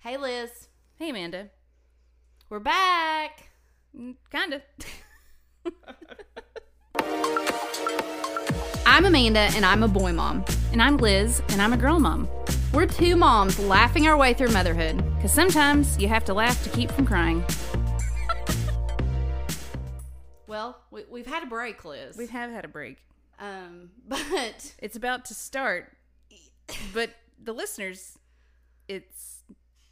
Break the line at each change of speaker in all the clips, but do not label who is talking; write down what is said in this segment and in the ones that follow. Hey, Liz.
Hey, Amanda. Mm,
We're back.
Kind of. I'm Amanda,
And I'm a boy mom.
and I'm Liz, and I'm a girl mom.
We're two moms laughing our way through motherhood.
Because sometimes you have to laugh to keep from crying.
Well, we, we've had a break, Liz.
We have had a break.
um, but
It's about to start, but the listeners, it's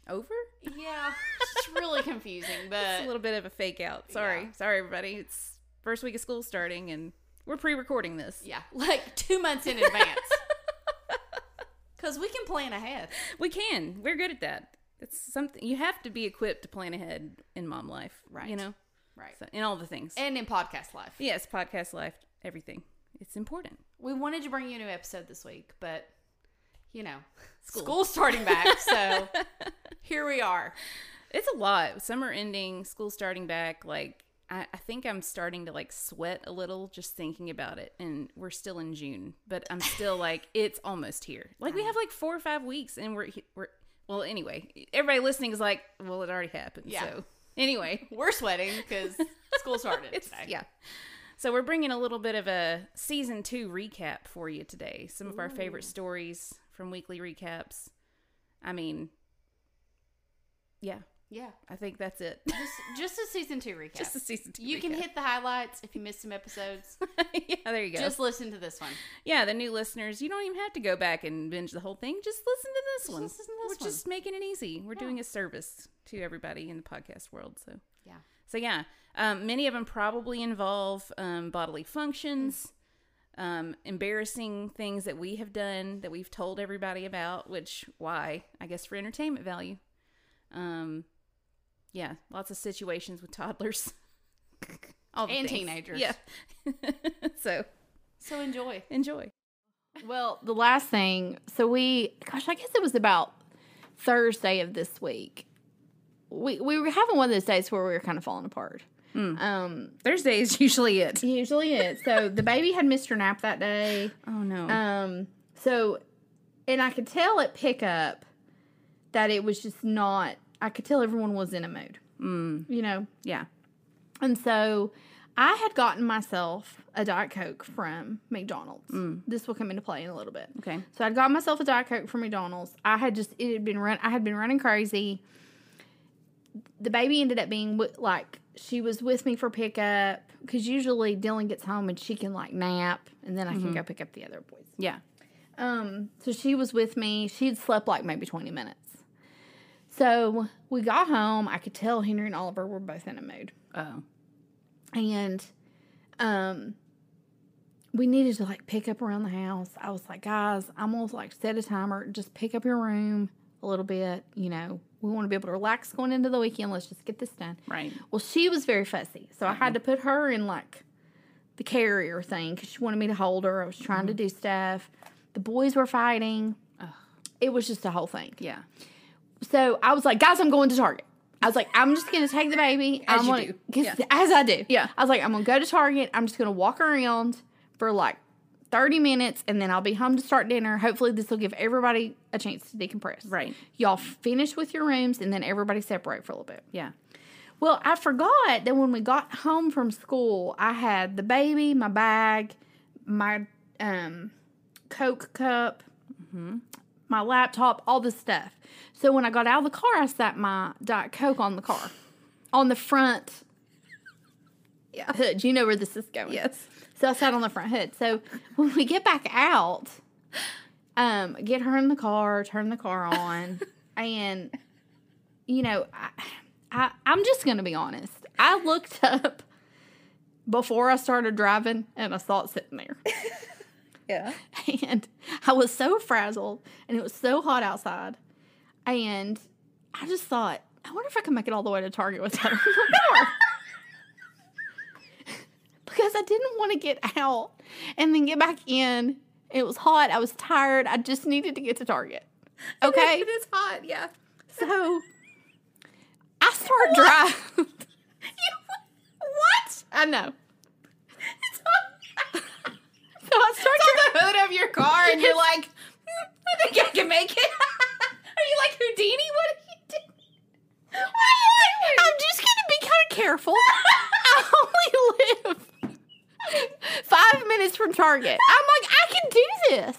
over?
yeah, it's really confusing.
It's a
But
little bit of a fake out. Sorry.
Yeah.
Sorry, everybody. It's first week of school starting, and we're pre recording this.
yeah, like two months in advance. Because we can plan ahead.
We can. We're good at that. It's something you have to be equipped to plan ahead in mom life.
Right.
You know?
Right.
So, in all the things.
And in podcast life.
Yes, podcast life, everything. It's important.
We wanted to bring you a new episode this week, but you know,
School.
school's starting back. So here we are.
It's a lot. Summer ending, school starting back. Like, I, I think I'm starting to like sweat a little just thinking about it. And we're still in June, but I'm still like, it's almost here. Like, we have like four or five weeks, and we're, he- we're, well, anyway, everybody listening is like, well, it already happened.
Yeah.
So, anyway,
We're sweating because school started
it's,
today.
yeah. So, we're bringing a little bit of a season two recap for you today. Some of our favorite stories from weekly recaps. I mean, yeah,
Yeah.
I think that's it.
Just, just a season two recap.
just a season two.
you can hit the highlights if you missed some episodes.
hit. yeah, there you go.
Just listen to this one.
yeah, the new listeners, you don't even have to go back and binge the whole thing. Just listen to this
Just
one.
listen to this
We're
one.
just making it easy. We're doing a service to everybody in the podcast world. So,
Yeah.
so yeah, um, many of them probably involve um, bodily functions. Um, embarrassing things that we have done that we've told everybody about, which why? I guess for entertainment value. Um, yeah, lots of situations with toddlers, All the
And
things.
teenagers.
Yeah, so
So enjoy.
enjoy.
Well, the last thing, so we, gosh, I guess it was about Thursday of this week. We we were having one of those days where we were kind of falling apart. Um,
Thursday is usually it.
usually it. So the baby had Mr. Nap that day.
Oh no.
Um, so, and I could tell at pickup that it was just not. I could tell everyone was in a mood. Mm. You know,
yeah.
And so I had gotten myself a Diet Coke from McDonald's. This will come into play in a little bit.
Mm. Okay.
So I'd gotten myself a Diet Coke from McDonald's. I had just it had been run I had been running crazy. The baby ended up being wi- like she was with me for pickup because usually Dylan gets home and she can like nap and then I can go pick up the other boys.
Yeah.
Um, so she was with me. She'd slept like maybe 20 minutes. So we got home. I could tell Henry and Oliver were both in a mood
Oh.
and um we needed to like pick up around the house. I was like, guys, I'm gonna like set a timer, just pick up your room a little bit. You know, we want to be able to relax going into the weekend. Let's just get this done.
Right.
Well, she was very fussy, so I had to put her in like the carrier thing because she wanted me to hold her. I was trying to do stuff. The boys were fighting. It was just a whole thing.
Yeah.
So I was like, guys, I'm going to Target. I was like, I'm just gonna take the baby.
As
I'm
you
gonna,
do.
'cause-
Yeah.
As I do.
Yeah.
I was like, I'm gonna go to Target. I'm just gonna walk around for like 30 minutes, and then I'll be home to start dinner. Hopefully, this will give everybody a chance to decompress.
Right.
Y'all finish with your rooms, and then everybody separate for a little bit.
Yeah.
Well, I forgot that when we got home from school, I had the baby, my bag, my um, Coke cup, my laptop, all this stuff. So when I got out of the car, I sat my Diet Coke on the car, on the front yeah. hood. You know where this is going.
Yes.
So I sat on the front hood. So when we get back out, um, get her in the car, turn the car on, and you know, I, I I'm just gonna be honest. I looked up before I started driving, and I saw it sitting there,
Yeah.
and I was so frazzled, and it was so hot outside, and I just thought, I wonder if I can make it all the way to Target without her in the car. because I didn't want to get out and then get back in. It was hot. I was tired. I just needed to get to Target. Okay.
is hot. Yeah.
So I start driving. what? I know. so I start driving.
Hood of your car, and you're like,
I think I can make it. Are you like Houdini? What are you doing?
Target. I'm like, I can do this.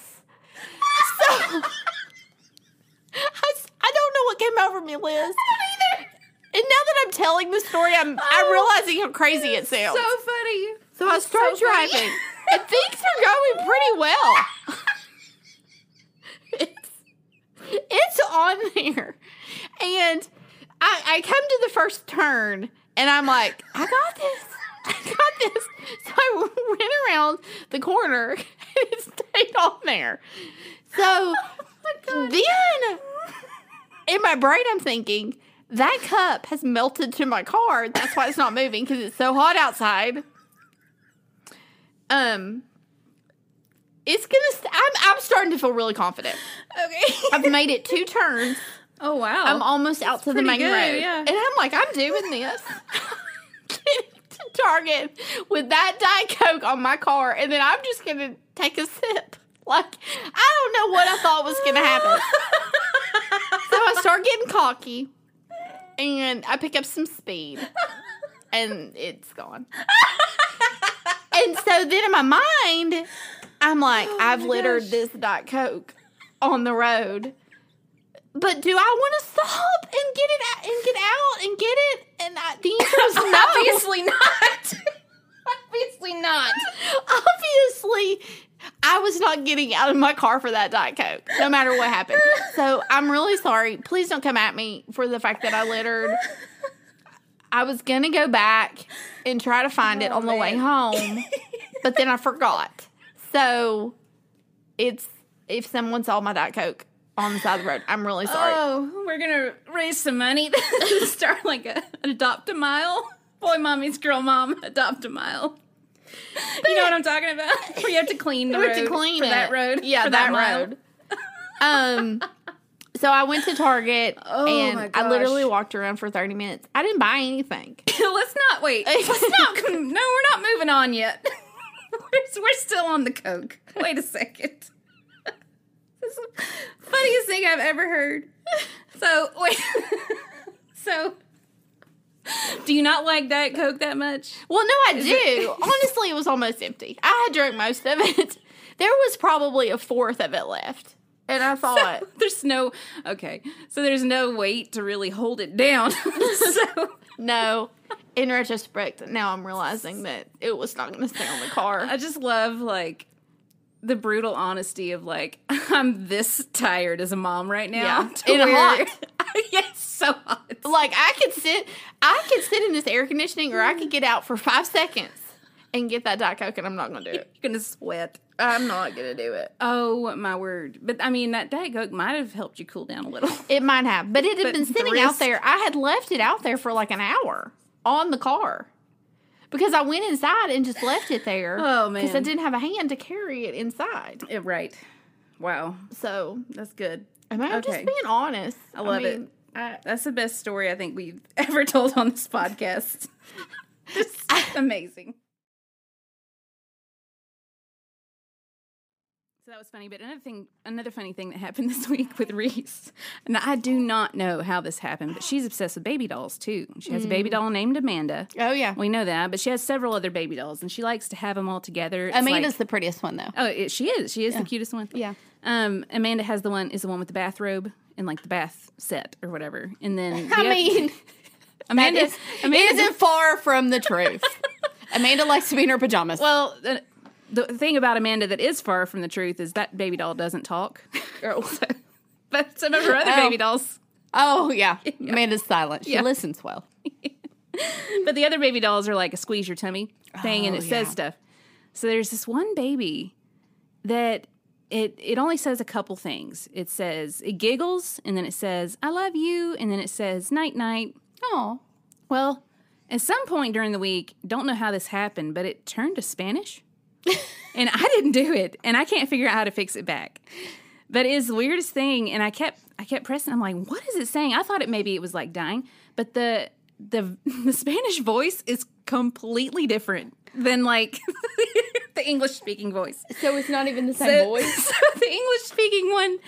So I, s- I don't know what came over me, Liz. either. And now that I'm telling the story, I'm I'm realizing how crazy it sounds.
So funny.
So I start
so funny.
driving, and things are going pretty well. it's, it's on there, and I, I come to the first turn, and I'm like, I got this, I got this. So I went around the corner, and it stayed on there. So then, in my brain, I'm thinking. That cup has melted to my car. That's why it's not moving because it's so hot outside um it's gonna st- I'm, I'm starting to feel really confident
Okay.
i've made it two turns
oh wow.
i'm almost out to the
pretty
main
good,
road
yeah.
and i'm like i'm doing this to target with that diet coke on my car and then i'm just gonna take a sip like i don't know what i thought was gonna happen so i start getting cocky and i pick up some speed and it's gone and so then in my mind, I'm like, I've littered this Diet Coke on the road. But do I want to stop and get it out and get out and get it? And I, the answer is no.
Obviously not. Obviously not.
Obviously, I was not getting out of my car for that Diet Coke, no matter what happened. So I'm really sorry. Please don't come at me for the fact that I littered. I was going to go back and try to find it on the way home, but then I forgot. So it's if someone saw my Diet Coke on the side of the road, I'm really sorry.
Oh, we're gonna raise some money to start like a, an adopt a mile. Boy, mommy's girl, mom, adopt a mile. you know what I'm talking about? Where you have to clean the
We
road
have to clean
for
it.
that road.
Yeah,
for
that,
mile.
road. um, so I went to Target
Oh,
and
my
I literally
gosh.
walked around for thirty minutes. I didn't buy anything.
Let's not wait. Let's not. No, we're not moving on yet. we're, we're still on the coke. Wait a second. this is the funniest thing I've ever heard. So wait. so, do you not like Diet Coke that much?
Well, no, I do. Honestly, it was almost empty. I had drank most of it. There was probably a fourth of it left, and I thought,
There's no okay. So there's no weight to really hold it down. so
no. In retrospect, now I'm realizing that it was not going to stay on the car.
I just love like the brutal honesty of like I'm this tired as a mom right now.
Yeah.
to
And
where-
hot.
yes, so hot.
Like I could sit, I could sit in this air conditioning, or I could get out for five seconds and get that diet coke, and I'm not going to do it.
You're gonna sweat.
I'm not gonna do it.
Oh my word! But I mean, that Diet Coke might have helped you cool down a little.
It might have, but it had
But
been
the
sitting
risk-
out there. I had left it out there for like an hour on the car because I went inside and just left it there.
Oh,
because I
man.
didn't have a hand to carry it inside.
Yeah, right. Wow,
So
that's good.
I mean, I'm
Okay.
just being honest.
I love
mean,
it. that's the best story I think we've ever told on this podcast. Just amazing. So that was funny. But another thing, another funny thing that happened this week with Reese, and I do not know how this happened, but she's obsessed with baby dolls too. She has a baby doll named Amanda.
Oh yeah,
We know that, but she has several other baby dolls, and she likes to have them all together. It's
Amanda's
like-
the prettiest one though.
oh, it, she is. She is the cutest one.
Yeah.
Um, Amanda has the one is the one with the bathrobe and like the bath set or whatever, and then the
I
oth-
mean,
Amanda,
is- it
Amanda.
isn't far from the truth. Amanda likes to be in her pajamas.
Well, the, the thing about Amanda that is far from the truth is that baby doll doesn't talk. So- but some of her other
Oh.
baby dolls,
oh yeah, Amanda's silent. She
Yeah.
listens well.
but the other baby dolls are like a squeeze your tummy thing, and
Oh,
it says
yeah.
stuff. So there's this one baby that it it only says a couple things. It says it giggles, and then it says I love you, and then it says night night.
Oh,
Well, at some point during the week, don't know how this happened, but it turned to Spanish. and I didn't do it, and I can't figure out how to fix it back. But it's the weirdest thing, and I kept I kept pressing. I'm like, what is it saying? I thought it maybe it was like dying, but the the the Spanish voice is completely different than like the English speaking voice.
so it's not even the same
So- Uh, so the English speaking one,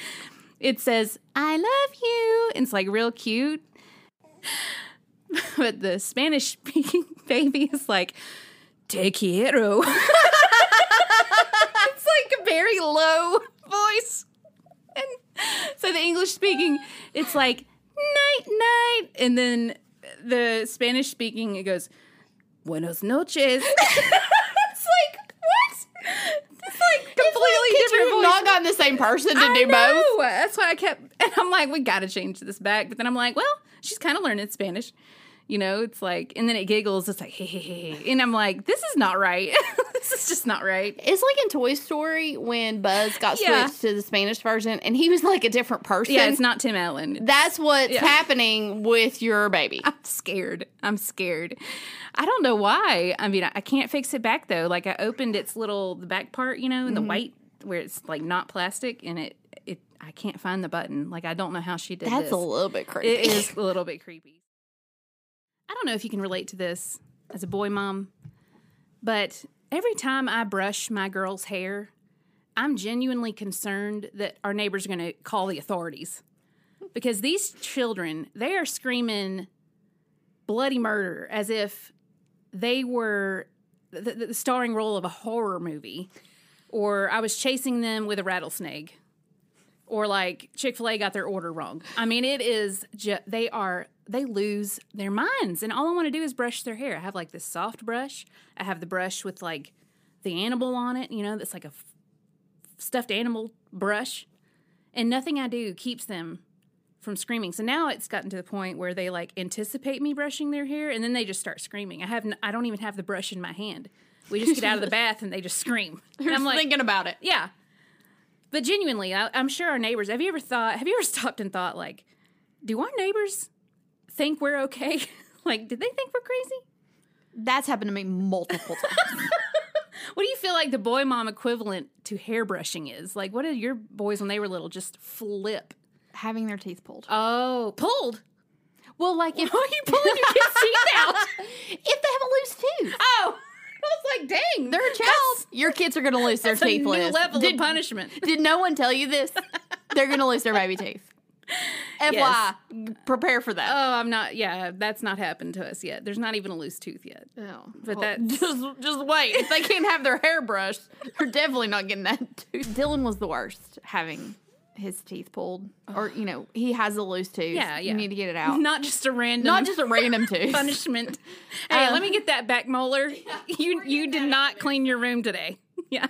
it says, I love you. and It's like real cute. But the Spanish speaking baby is like, Te quiero.
very low voice.
And so the English speaking, it's like night night, and then the Spanish speaking, it goes buenos noches.
It's like what? It's like completely
could
different.
you
We've
have
not gotten the same person to
I
do both.
know. That's why I kept, and I'm like, we got to change this back. But then I'm like, well, she's kind of learning Spanish. You know, it's like, and then it giggles. It's like, hey, hey, hey, hey. And I'm like, this is not right. this is just not right.
It's like in Toy Story when Buzz got
Yeah.
switched to the Spanish version, and he was like a different person.
Yeah, it's not Tim Allen.
That's what's
Yeah.
happening with your baby.
I'm scared. I'm scared. I don't know why. I mean, I, I can't fix it back though. Like I opened its little the back part, you know, and
Mm-hmm.
the white where it's like not plastic, and it it I can't find the button. Like I don't know how she did.
That's
this.
a little bit creepy.
It is a little bit creepy. I don't know if you can relate to this as a boy mom, but every time I brush my girl's hair, I'm genuinely concerned that our neighbors are going to call the authorities because these children, they are screaming bloody murder as if they were the, the starring role of a horror movie or I was chasing them with a rattlesnake or like Chick fil A got their order wrong. I mean, it is, ju- they are, they lose their minds. And all I want to do is brush their hair. I have like this soft brush. I have the brush with like the animal on it, you know, that's like a f- stuffed animal brush. And nothing I do keeps them from screaming. So now it's gotten to the point where they like anticipate me brushing their hair and then they just start screaming. I have, n- I don't even have the brush in my hand. We just get out of the bath and they just scream. And
I'm thinking about it.
yeah. But genuinely, I, I'm sure our neighbors. Have you ever thought? Have you ever stopped and thought like, do our neighbors think we're okay? like, did they think we're crazy?
That's happened to me multiple times.
What do you feel like the boy mom equivalent to hairbrushing is? Like, what did your boys when they were little just flip?
Having their teeth pulled.
Oh, pulled.
Well, like if,
Why are you pulling your kid's teeth out?
if they have a loose tooth,
Oh, I was like, dang,
they're a child. Your kids are going to lose their
that's a
teeth.
new
Liz.
level
did,
of punishment.
did no one tell you this? they're going to lose their baby teeth. FYI, prepare for that.
Oh, I'm not. Yeah, that's not happened to us yet. There's not even a loose tooth yet.
No,
But
that
that-
Oh. just just wait. If they can't have their hair brushed, they're definitely not getting that. Tooth. Dylan was the worst, having his teeth pulled, or you know, he has a loose tooth.
Yeah, yeah.
You need to get it out.
Not just a random.
Not just a random tooth.
punishment. Hey, let me get that back molar. You you did not clean your room today. Yeah.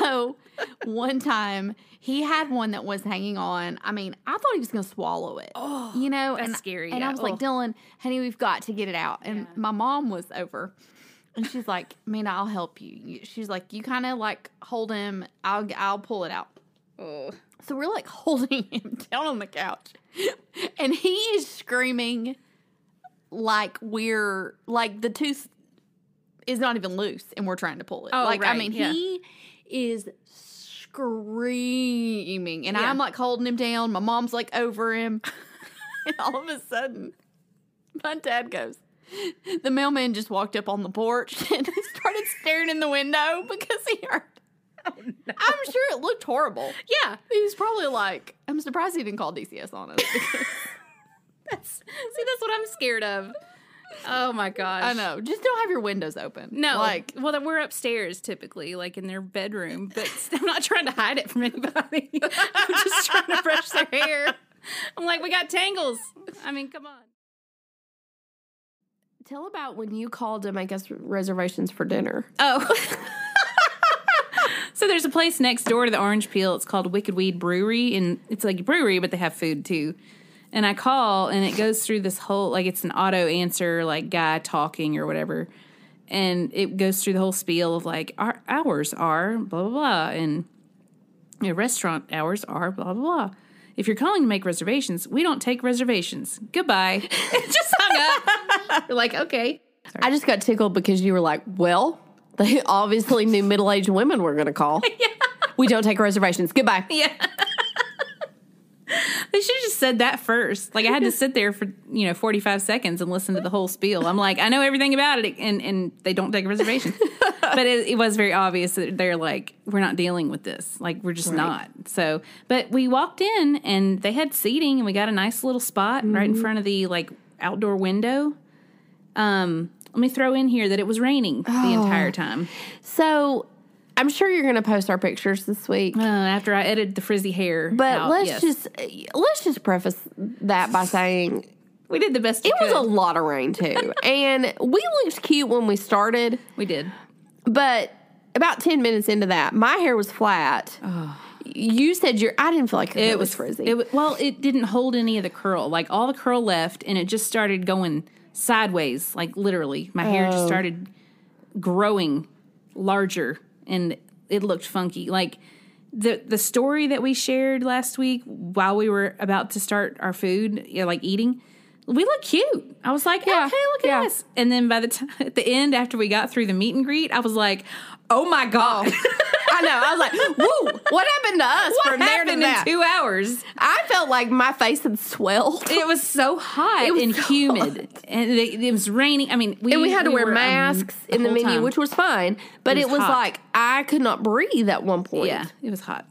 So one time he had one that was hanging on. I mean, I thought he was gonna swallow it. Oh, you know,
that's
and,
scary,
And I
yeah.
was like,
Oh.
Dylan, honey, we've got to get it out. And my mom was over, and she's like, Mina, I'll help you. You- She's like, you kind of like hold him. I'll I'll pull it out.
Oh.
So we're like holding him down on the couch, and he is screaming like we're like the tooth is not even loose, and we're trying to pull it.
Oh,
like I
right,
mean,
yeah.
he is screaming, and
Yeah.
I'm like holding him down. My mom's like over him, and all of a sudden, my dad goes. The mailman just walked up on the porch and started staring in the window because he heard. I'm sure it looked horrible.
Yeah.
He was probably like, I'm surprised he didn't call DCS on us.
That's see, that's what I'm scared of. Oh my gosh.
I know. Just don't have your windows open.
No,
Like,
like well, then we're upstairs typically, like in their bedroom. But I'm not trying to hide it from anybody. I'm just trying to brush their hair. I'm like, we got tangles. I mean, come on.
Tell about when you called to make us reservations for dinner.
Oh. so there's a place next door to the Orange Peel. It's called Wicked Weed Brewery, and it's like a brewery, but they have food too. And I call, and it goes through this whole like it's an auto answer like guy talking or whatever, and it goes through the whole spiel of like our hours are blah blah blah, and you know, restaurant hours are blah blah blah. If you're calling to make reservations, we don't take reservations. Goodbye. Just hung up. We're like, okay.
I just got tickled because you were like, well, they obviously knew middle aged women were going to call. We don't take reservations. Goodbye.
They should have just said that first. Like I had to sit there for you know forty five seconds and listen to the whole spiel. I'm like, I know everything about it, and and they don't take reservations. but it, it was very obvious that they're like, we're not dealing with this. Like we're just not. So, but we walked in and they had seating, and we got a nice little spot right in
Mm-hmm.
front of the like outdoor window.
Oh.
Um, let me throw in here that it was raining the entire time.
So
I'm sure you're going to post our pictures this week.
Uh, after I edited the frizzy hair,
But
out,
let's
yes.
just let's just preface that by saying
we did the best.
it
we
was a
could.
lot of rain too, and we looked cute when we started.
we did.
But about ten minutes into that, my hair was flat. You said your I didn't feel like your hair was, frizzy.
It, wa- well, it didn't hold any of the curl. Like all the curl left, and it just started going sideways. Like literally, my hair
Oh.
just started growing larger, and it looked funky. Like the the story that we shared last week while we were about to start our food, you know, like eating. We look cute. I was like,
Yeah,
okay, look at
yeah.
us. And then by the time at the end, after we got through the meet and greet, I was like, oh my god,
I know. I was like, "Woo! What happened to us
what
Oh. from there
happened
to
in
that?"
two hours?
I felt like my face had swelled.
It was so hot
was
and
so
humid, and it, it was raining. I mean, we,
and we had to wear
were, um,
masks
the
in the
whole
menu,
time.
which was fine. But
It
it
was
was,
hot.
like I could not breathe at one point.
yeah, it was hot.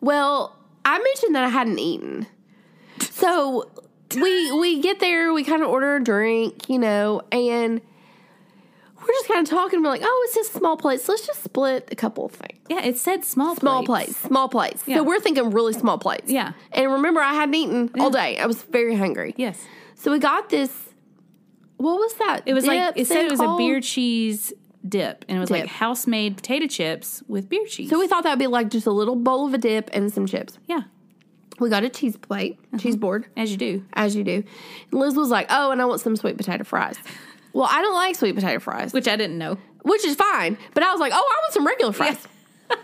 Well, I mentioned that I hadn't eaten. So we we get there, we kind of order a drink, you know, and we're just kind of talking. We're like, oh, it's just small plates. Let's just split a couple of things.
Yeah, it said small
Small
plates.
plates, small plates.
Yeah.
So we're thinking really small plates.
Yeah.
And remember, I hadn't eaten all day. I was very hungry.
Yes,
So we got this. What was that?
it was like
dip
it said
thing
it was a
called?
beer cheese dip, and it was like
Dip.
house made potato chips with beer cheese.
So we thought that'd be like just a little bowl of a dip and some chips.
yeah,
We got a cheese plate,
Uh-huh.
cheese board,
as you do.
as you do. And Liz was like, "Oh, and I want some sweet potato fries." Well, I don't like sweet potato fries,
Which I didn't know.
which is fine. But I was like, "Oh, I want some regular fries."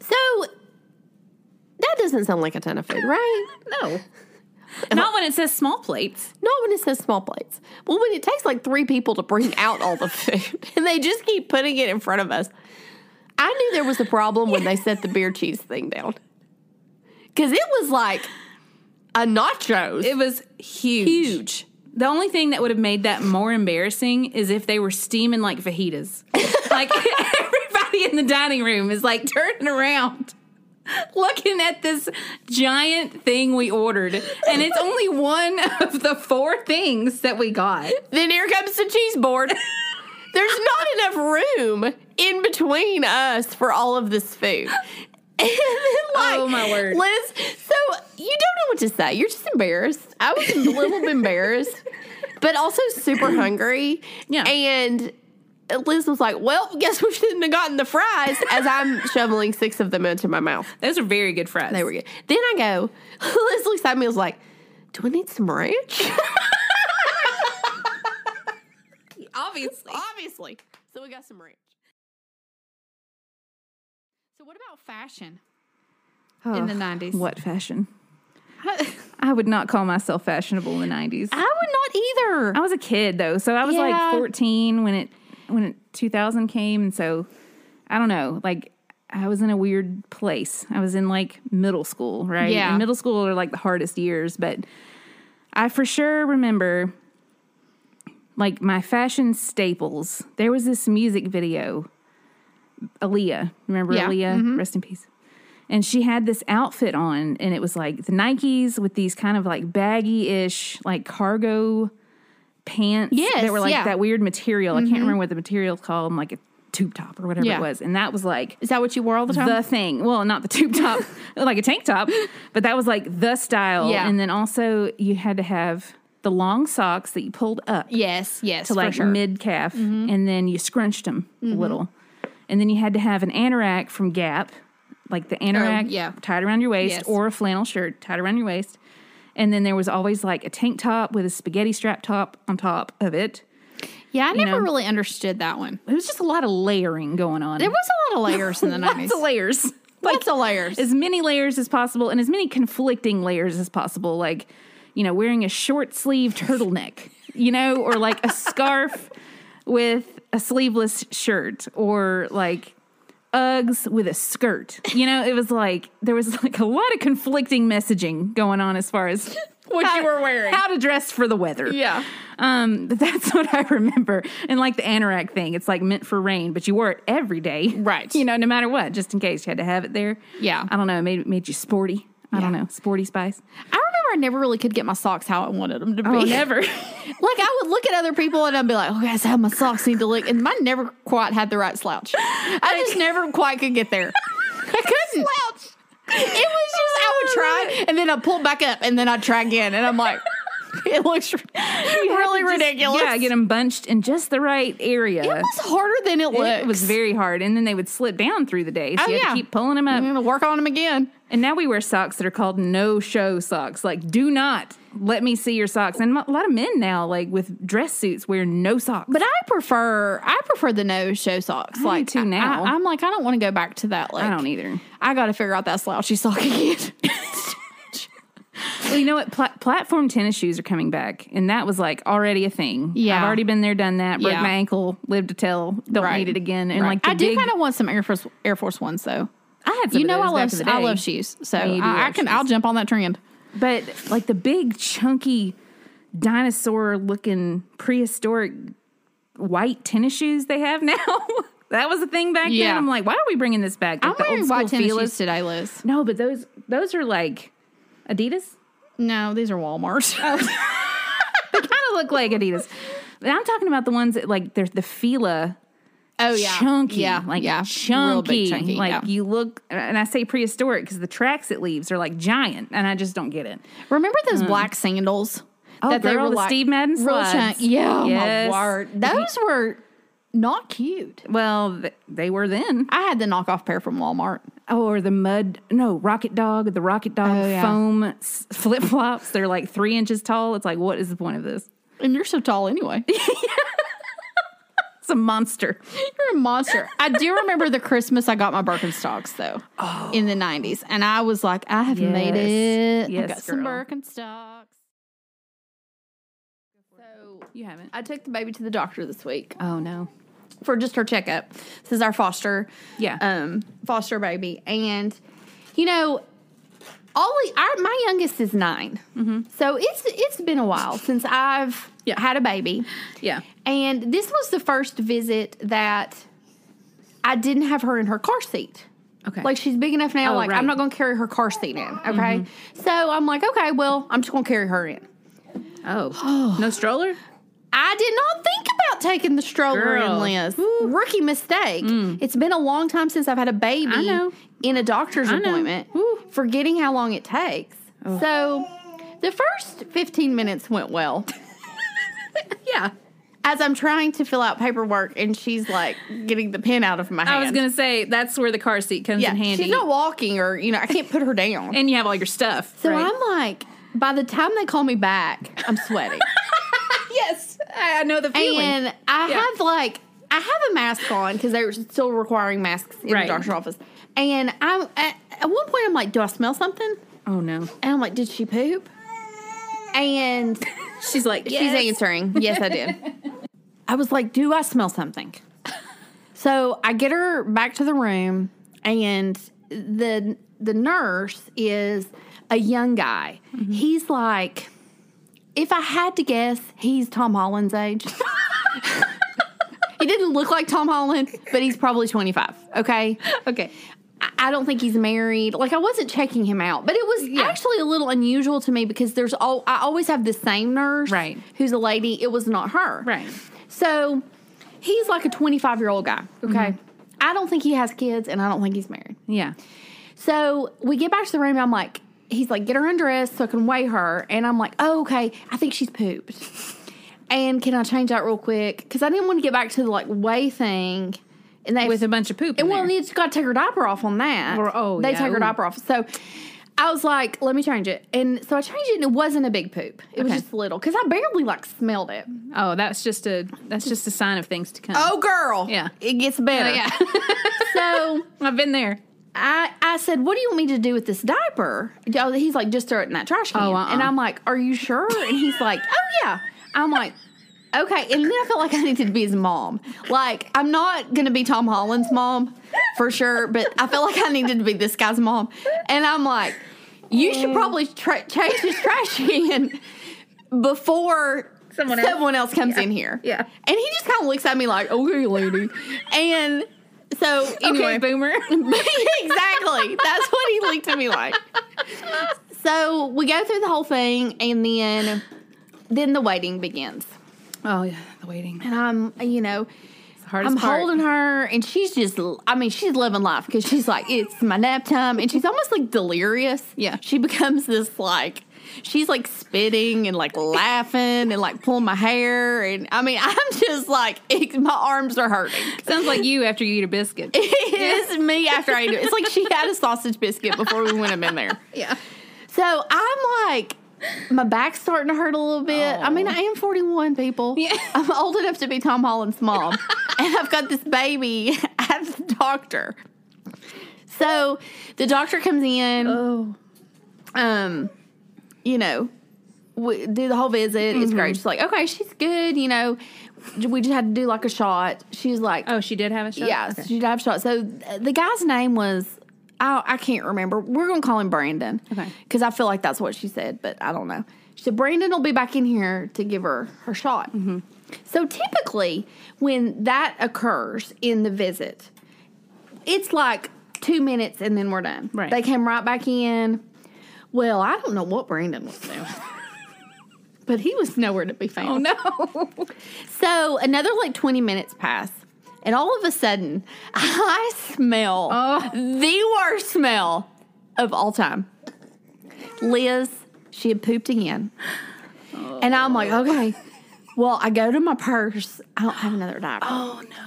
so that doesn't sound like a ton of food, right?
No, not when it says small plates.
Not when it says small plates. Well, when it takes like three people to bring out all the food, and they just keep putting it in front of us. I knew there was a problem when they set the beer cheese thing down, because it was like a nachos.
It was huge.
Huge.
The only thing that would have made that more embarrassing is if they were steaming like fajitas. like everybody in the dining room is like turning around. Looking at this giant thing we ordered, and it's only one of the four things that we got.
Then here comes the cheese board. There's not enough room in between us for all of this food. And then, like,
Oh, my word.
Liz, so you don't know what to say. You're just embarrassed. I was a little bit embarrassed, but also super hungry.
Yeah.
And Liz was like, Well, guess we shouldn't have gotten the fries as I'm shoveling six of them into my mouth.
Those are very good fries.
They were good. Then I go, Liz looks at me and was like, Do I need some ranch?
obviously.
Obviously. So we got some ranch.
So what about fashion in the
Ugh.
nineties?
Oh, What fashion?
I
I would not call myself fashionable in the 90s.
I would not either.
I was a kid though, so I was like
Yeah.
14 when it when it 2000 came, and so I don't know, like I was in a weird place. I was in like middle school, right?
Yeah.
And middle school are like the hardest years, but I for sure remember like my fashion staples. There was this music video, Aaliyah. Remember
Yeah. Mm-hmm.
Aaliyah? Rest in peace. And she had this outfit on, and it was like the Nikes with these kind of like baggy ish, like cargo pants
Yes,
that were like
yeah. Mm-hmm.
that weird material. I can't remember what the material's called, like a tube top or whatever
Yeah.
it was. And that was like
Is that what you wore all the time?
the thing. Well, not the tube top, like a tank top, but that was like the style.
Yeah.
And then also you had to have the long socks that you pulled up
yes, yes,
to like
for sure. Mm-hmm.
mid calf, and then you scrunched them a little, and then you had to have an anorak from Gap, like the anorak
Oh, yeah.
tied around your waist,
Yes.
or a flannel shirt tied around your waist, and then there was always like a tank top with a spaghetti strap top on top of it.
yeah, I never
know.
really understood that one.
It was just a lot of layering going on.
There was a lot of layers in the nineties.
lots of layers.
Lots of layers.
as many layers as possible and as many conflicting layers as possible like you know wearing a short sleeve turtleneck you know or like a scarf with a sleeveless shirt or like Uggs with a skirt. You know, it was like there was like a lot of conflicting messaging going on as far as what
you were wearing.
how to dress for the weather.
Yeah.
Um, but that's what I remember. And like the anorak thing, it's like meant for rain, but you wore it every day.
Right.
You know, no matter what, just in case you had to have it there.
Yeah.
I don't know. It made, made you sporty. I don't
Yeah.
know. Sporty spice.
I
I never really could get my socks how I wanted them to be.
Oh, never.
Like I would look at other people and I'd be like, "Oh, that's how my socks need to look." And mine never quite had the right slouch. I just never quite could get there. I couldn't slouch. It was just I would try and then I pull back up and then I would try again and I'm like, it looks really ridiculous.
yeah, get them bunched in just the right area.
it was harder than it looked.
It was very hard, and then they would slip down through the day. So
Oh,
you had
yeah. Mm-hmm.
to keep pulling them up.
I'm gonna work on them again.
And now we wear socks that are called no-show socks. Like, do not let me see your socks. And a lot of men now, like with dress suits, wear no socks.
But I prefer I prefer the no show socks.
do
like
too
I-
now.
I, am like I e- don't want to go back to that. Like
I don't either.
I got to figure out that slouchy sock again.
Well, you know what? Pla- platform tennis shoes are coming back, and that was like already a thing.
Yeah.
I've already been there, done that. Broke
Yeah.
my ankle, lived to tell. Don't
Right.
need it again. And
Right.
like the
I do
big-
kind of want some Air Force Air Force Ones though.
I had some
You
of
know I
those back
love
in the
I
day.
love shoes, so
you do
I, I
love
can
shoes.
I'll jump on that trend.
But like the big chunky dinosaur looking prehistoric white tennis shoes they have now. that was a thing back
Yeah.
then. I'm like, why are we bringing this back? Like
I'm wearing white tennis
Fila-
shoes today, Liz.
No, but those those are like Adidas.
No, these are Walmart.
They kind of look like Adidas. But I'm talking about the ones that like they're the Fila
oh yeah,
chunky,
yeah,
like
yeah, Real
chunky,
big chunky.
like
yeah.
you look. And I say prehistoric because the tracks it leaves are like giant, and I just don't get it.
Remember those black sandals?
Oh, girl, the Steve Madden
real
slides.
chunk. Yeah, oh
Yes.
my word, those were not cute.
Well, th- they were then.
I had the knockoff pair from Walmart.
Oh, or the mud, no, Rocket Dog, the Rocket Dog
Oh, yeah.
foam flip flops. They're like three inches tall. It's like, what is the point of this?
And you're so tall anyway.
It's a monster.
You're a monster. I do remember the Christmas I got my Birkenstocks though in the 90s. And I was like, I have made
Yes.
it. I
Yes,
got some
girl.
Birkenstocks. So
You haven't.
I took the baby to the doctor this week
Oh no.
for just her checkup. This is our foster
Yeah.
um, foster baby, and you know, Ollie, our, my youngest is 9 so it's it's been a while since I've
Yeah.
had a baby,
yeah.
and this was the first visit that I didn't have her in her car seat.
Okay.
Like she's big enough now,
Oh,
like
right. Mm-hmm.
I'm not going to carry her car seat in. Okay, so I'm like, okay, well, I'm just going to carry her in.
oh, no stroller.
I did not think about taking the stroller in,
Girl. Mm.
Liz. Rookie mistake. It's been a long time since I've had a baby
I know.
in a doctor's
know.
appointment, forgetting how long it takes. So the first 15 minutes went well
Yeah.
as I'm trying to fill out paperwork and she's like getting the pen out of my hand.
I was gonna say that's where the car seat comes
yeah,
in handy,
she's not walking or, you know, I can't put her down.
and you have all your stuff.
So
right?
I'm like, by the time they call me back, I'm sweating.
yes, I I know the feeling.
And I
Yeah.
have like I have a mask on because they were still requiring masks in
Right.
the doctor's office. And I at, at one point I'm like, do I smell something?
oh no.
And I'm like, did she poop? And
She's like, yes.
she's answering, yes, I did. I was like, do I smell something? So I get her back to the room, and the the nurse is a young guy. He's like, if I had to guess, he's Tom Holland's age. he didn't look like Tom Holland, but he's probably twenty five. Okay,
Okay.
I- I don't think he's married. Like I wasn't checking him out, but it was actually a little unusual to me because there's all I always have the same nurse,
Right.
Who's a lady. It was not her,
Right.
So he's like a 25 year old guy. Okay,
Mm-hmm.
I don't think he has kids, and I don't think he's married.
Yeah.
So we get back to the room. I'm like, he's like, get her undressed so I can weigh her, and I'm like, oh okay, I think she's pooped. And can I change that real quick? Because I didn't want to get back to the like weigh thing. And they
With a bunch of poop. in
and well,
there.
you just got to take her diaper off on that.
Or- oh,
they
yeah,
take her
ooh.
diaper off. So I was like, let me change it, and so I changed it, and it wasn't a big poop. It was
Okay.
just a little because I barely like smelled it.
Oh, that's just a that's just a sign of things to come.
Oh, girl,
Yeah.
it gets better.
yeah.
so
I've been there.
I I said, what do you want me to do with this diaper? Oh, he's like, just throw it in that trash can.
Oh, uh-uh.
And I'm like, are you sure? And he's like, oh yeah. I'm like. Okay, and then I felt like I needed to be his mom. Like, I'm not gonna be Tom Holland's mom for sure, but I felt like I needed to be this guy's mom. And I'm like, you should probably tra- change his trash can before someone else, comes in here.
Yeah.
And he just kind of looks at me like, okay, lady. And so, anyway,
Okay, boomer.
exactly. That's what he looked at me like. So we go through the whole thing, and then then the waiting begins.
Oh yeah, the waiting.
And I'm, you know,
It's the hardest
I'm
part.
holding her, and she's just, I mean, she's living life because she's like, it's my nap time. And she's almost like delirious.
Yeah.
She becomes this like, she's like spitting and like laughing and like pulling my hair. And I mean, I'm just like, it, my arms are hurting.
Sounds like you after you eat a biscuit.
It is me after I do it. It's like she had a sausage biscuit before we went him in there.
yeah.
So I'm like, my back's starting to hurt a little bit. I mean, I am 41, people.
Yeah.
I'm old enough to be Tom Holland's mom. and I've got this baby at the doctor. So the doctor comes in.
Oh.
Um, you know, we do the whole visit. It's
Mm-hmm.
great. She's like, okay, she's good. You know, we just had to do like a shot. She's like,
Oh, she did have a shot.
yeah,
Okay.
she dive shot. So th- the guy's name was I, I can't remember. We're gonna call him Brandon,
Okay.
Because I feel like that's what she said, but I don't know. She said Brandon will be back in here to give her her shot.
Mm-hmm.
So typically, when that occurs in the visit, it's like two minutes and then we're done.
Right.
They came right back in. Well, I don't know what Brandon was doing. But he was nowhere to be found.
Oh no.
So another like 20 minutes pass, and all of a sudden, I smell
Oh.
the worst smell of all time. Liz, she had pooped again. And I'm like,
Oh.
okay. Well, I go to my purse. I don't have another diaper.
oh no.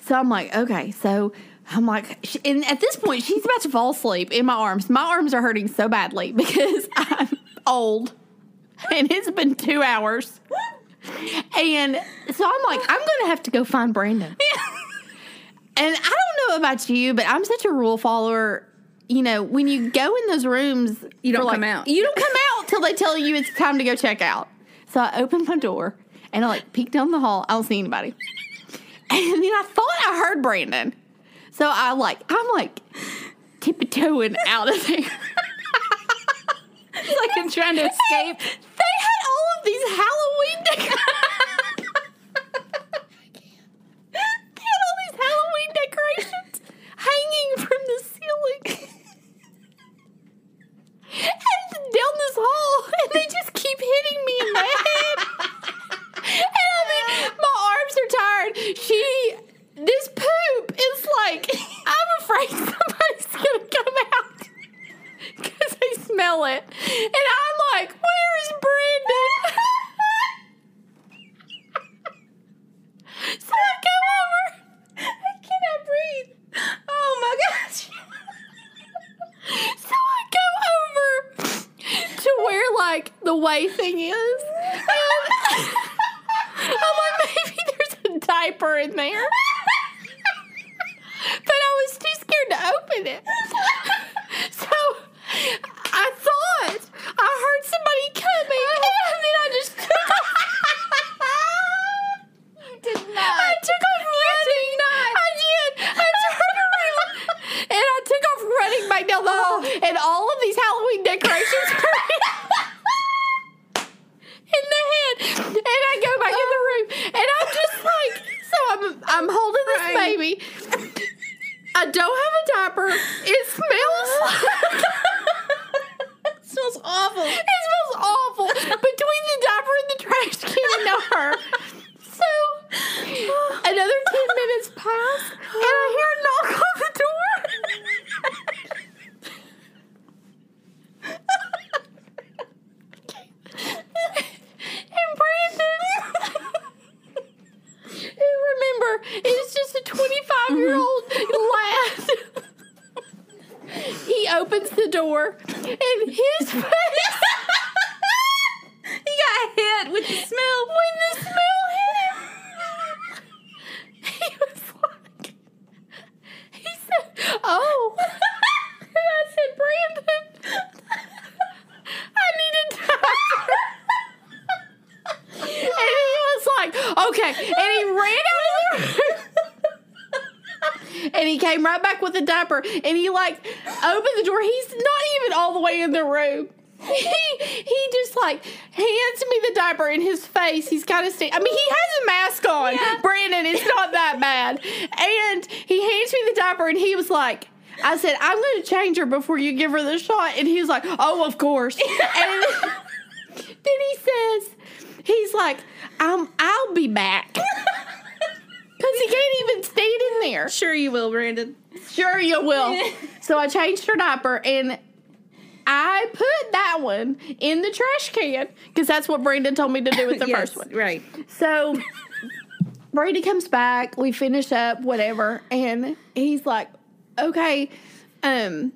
So I'm like, okay. So I'm like, sh and at this point, she's about to fall asleep in my arms. My arms are hurting so badly because I'm old and it's been two hours. And so I'm like, I'm going to have to go find Brandon. And I don't know about you, but I'm such a rule follower. You know, when you go in those rooms,
You don't
for, like-
come out.
You don't come out till they tell you it's time to go check out. So I opened my door and I like peeked down the hall. I don't see anybody. And then I thought I heard Brandon. So I like, I'm like tiptoeing out of there.
It's like I'm trying to escape.
They had all of these Halloween decorations. they had all these Halloween decorations hanging from the ceiling. and down this hall, and they just keep hitting me in the head. and I mean, my arms are tired. She, this poop is like, I'm afraid somebody's gonna come out because I smell it. And I'm like, where is Brandon? so I come over. I cannot breathe. Oh my gosh. so I go over to where like the way thing is. And I'm like, maybe there's a diaper in there. but I was too scared to open it. so I thought I heard somebody coming, and then I just took off. You did not. I took off running. I did. I turned around and I took off running back down the hall, and all of these Halloween decorations were in the head. And I go back in the room and I'm just like, so I'm I'm holding this baby. I don't have a diaper. It smells like it smells awful. It smells awful. Between the diaper and the trash can and now her. So another ten minutes pass and I hear a knock on the door. and Brandon. and remember, it's just a 25 year old lad. he opens the door and his face. he got hit with the smell. When the smell hit him, he was like, he said, Oh. and I said, Brandon, I need a diaper. and he was like, Okay. And he ran out of the room. and he came right back with a diaper and he like opened the door. He's not even all the way in the room. He, he just like hands me the diaper in his face. He's kind of sta- I mean, he has a mask on. Brandon, it's not that bad. And he hands me the diaper and he was like, I said, I'm going to change her before you give her the shot. And he was like, Oh, of course. and then he says, He's like, um, I'll be back. Because he can't even stand in there.
Sure you will, Brandon.
Sure, you will. so I changed her diaper and I put that one in the trash can because that's what Brandon told me to do with the
Yes,
first one.
Right.
So Brady comes back, we finish up, whatever, and he's like, okay, um,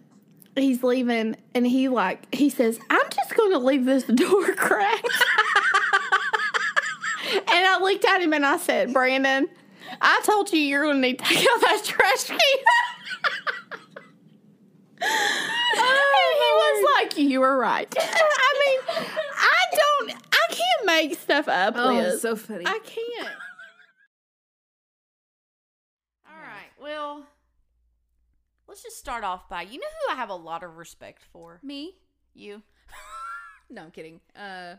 he's leaving, and he like he says, I'm just gonna leave this door cracked. and I looked at him and I said, Brandon, I told you you're gonna need to take out that trash can.
Oh
and he was like, You were right. I mean, I don't I can't make stuff up,
Oh,
Liz.
so funny.
I can't.
All right. Well, let's just start off by you know who I have a lot of respect for?
Me?
You.
No, I'm kidding. Uh,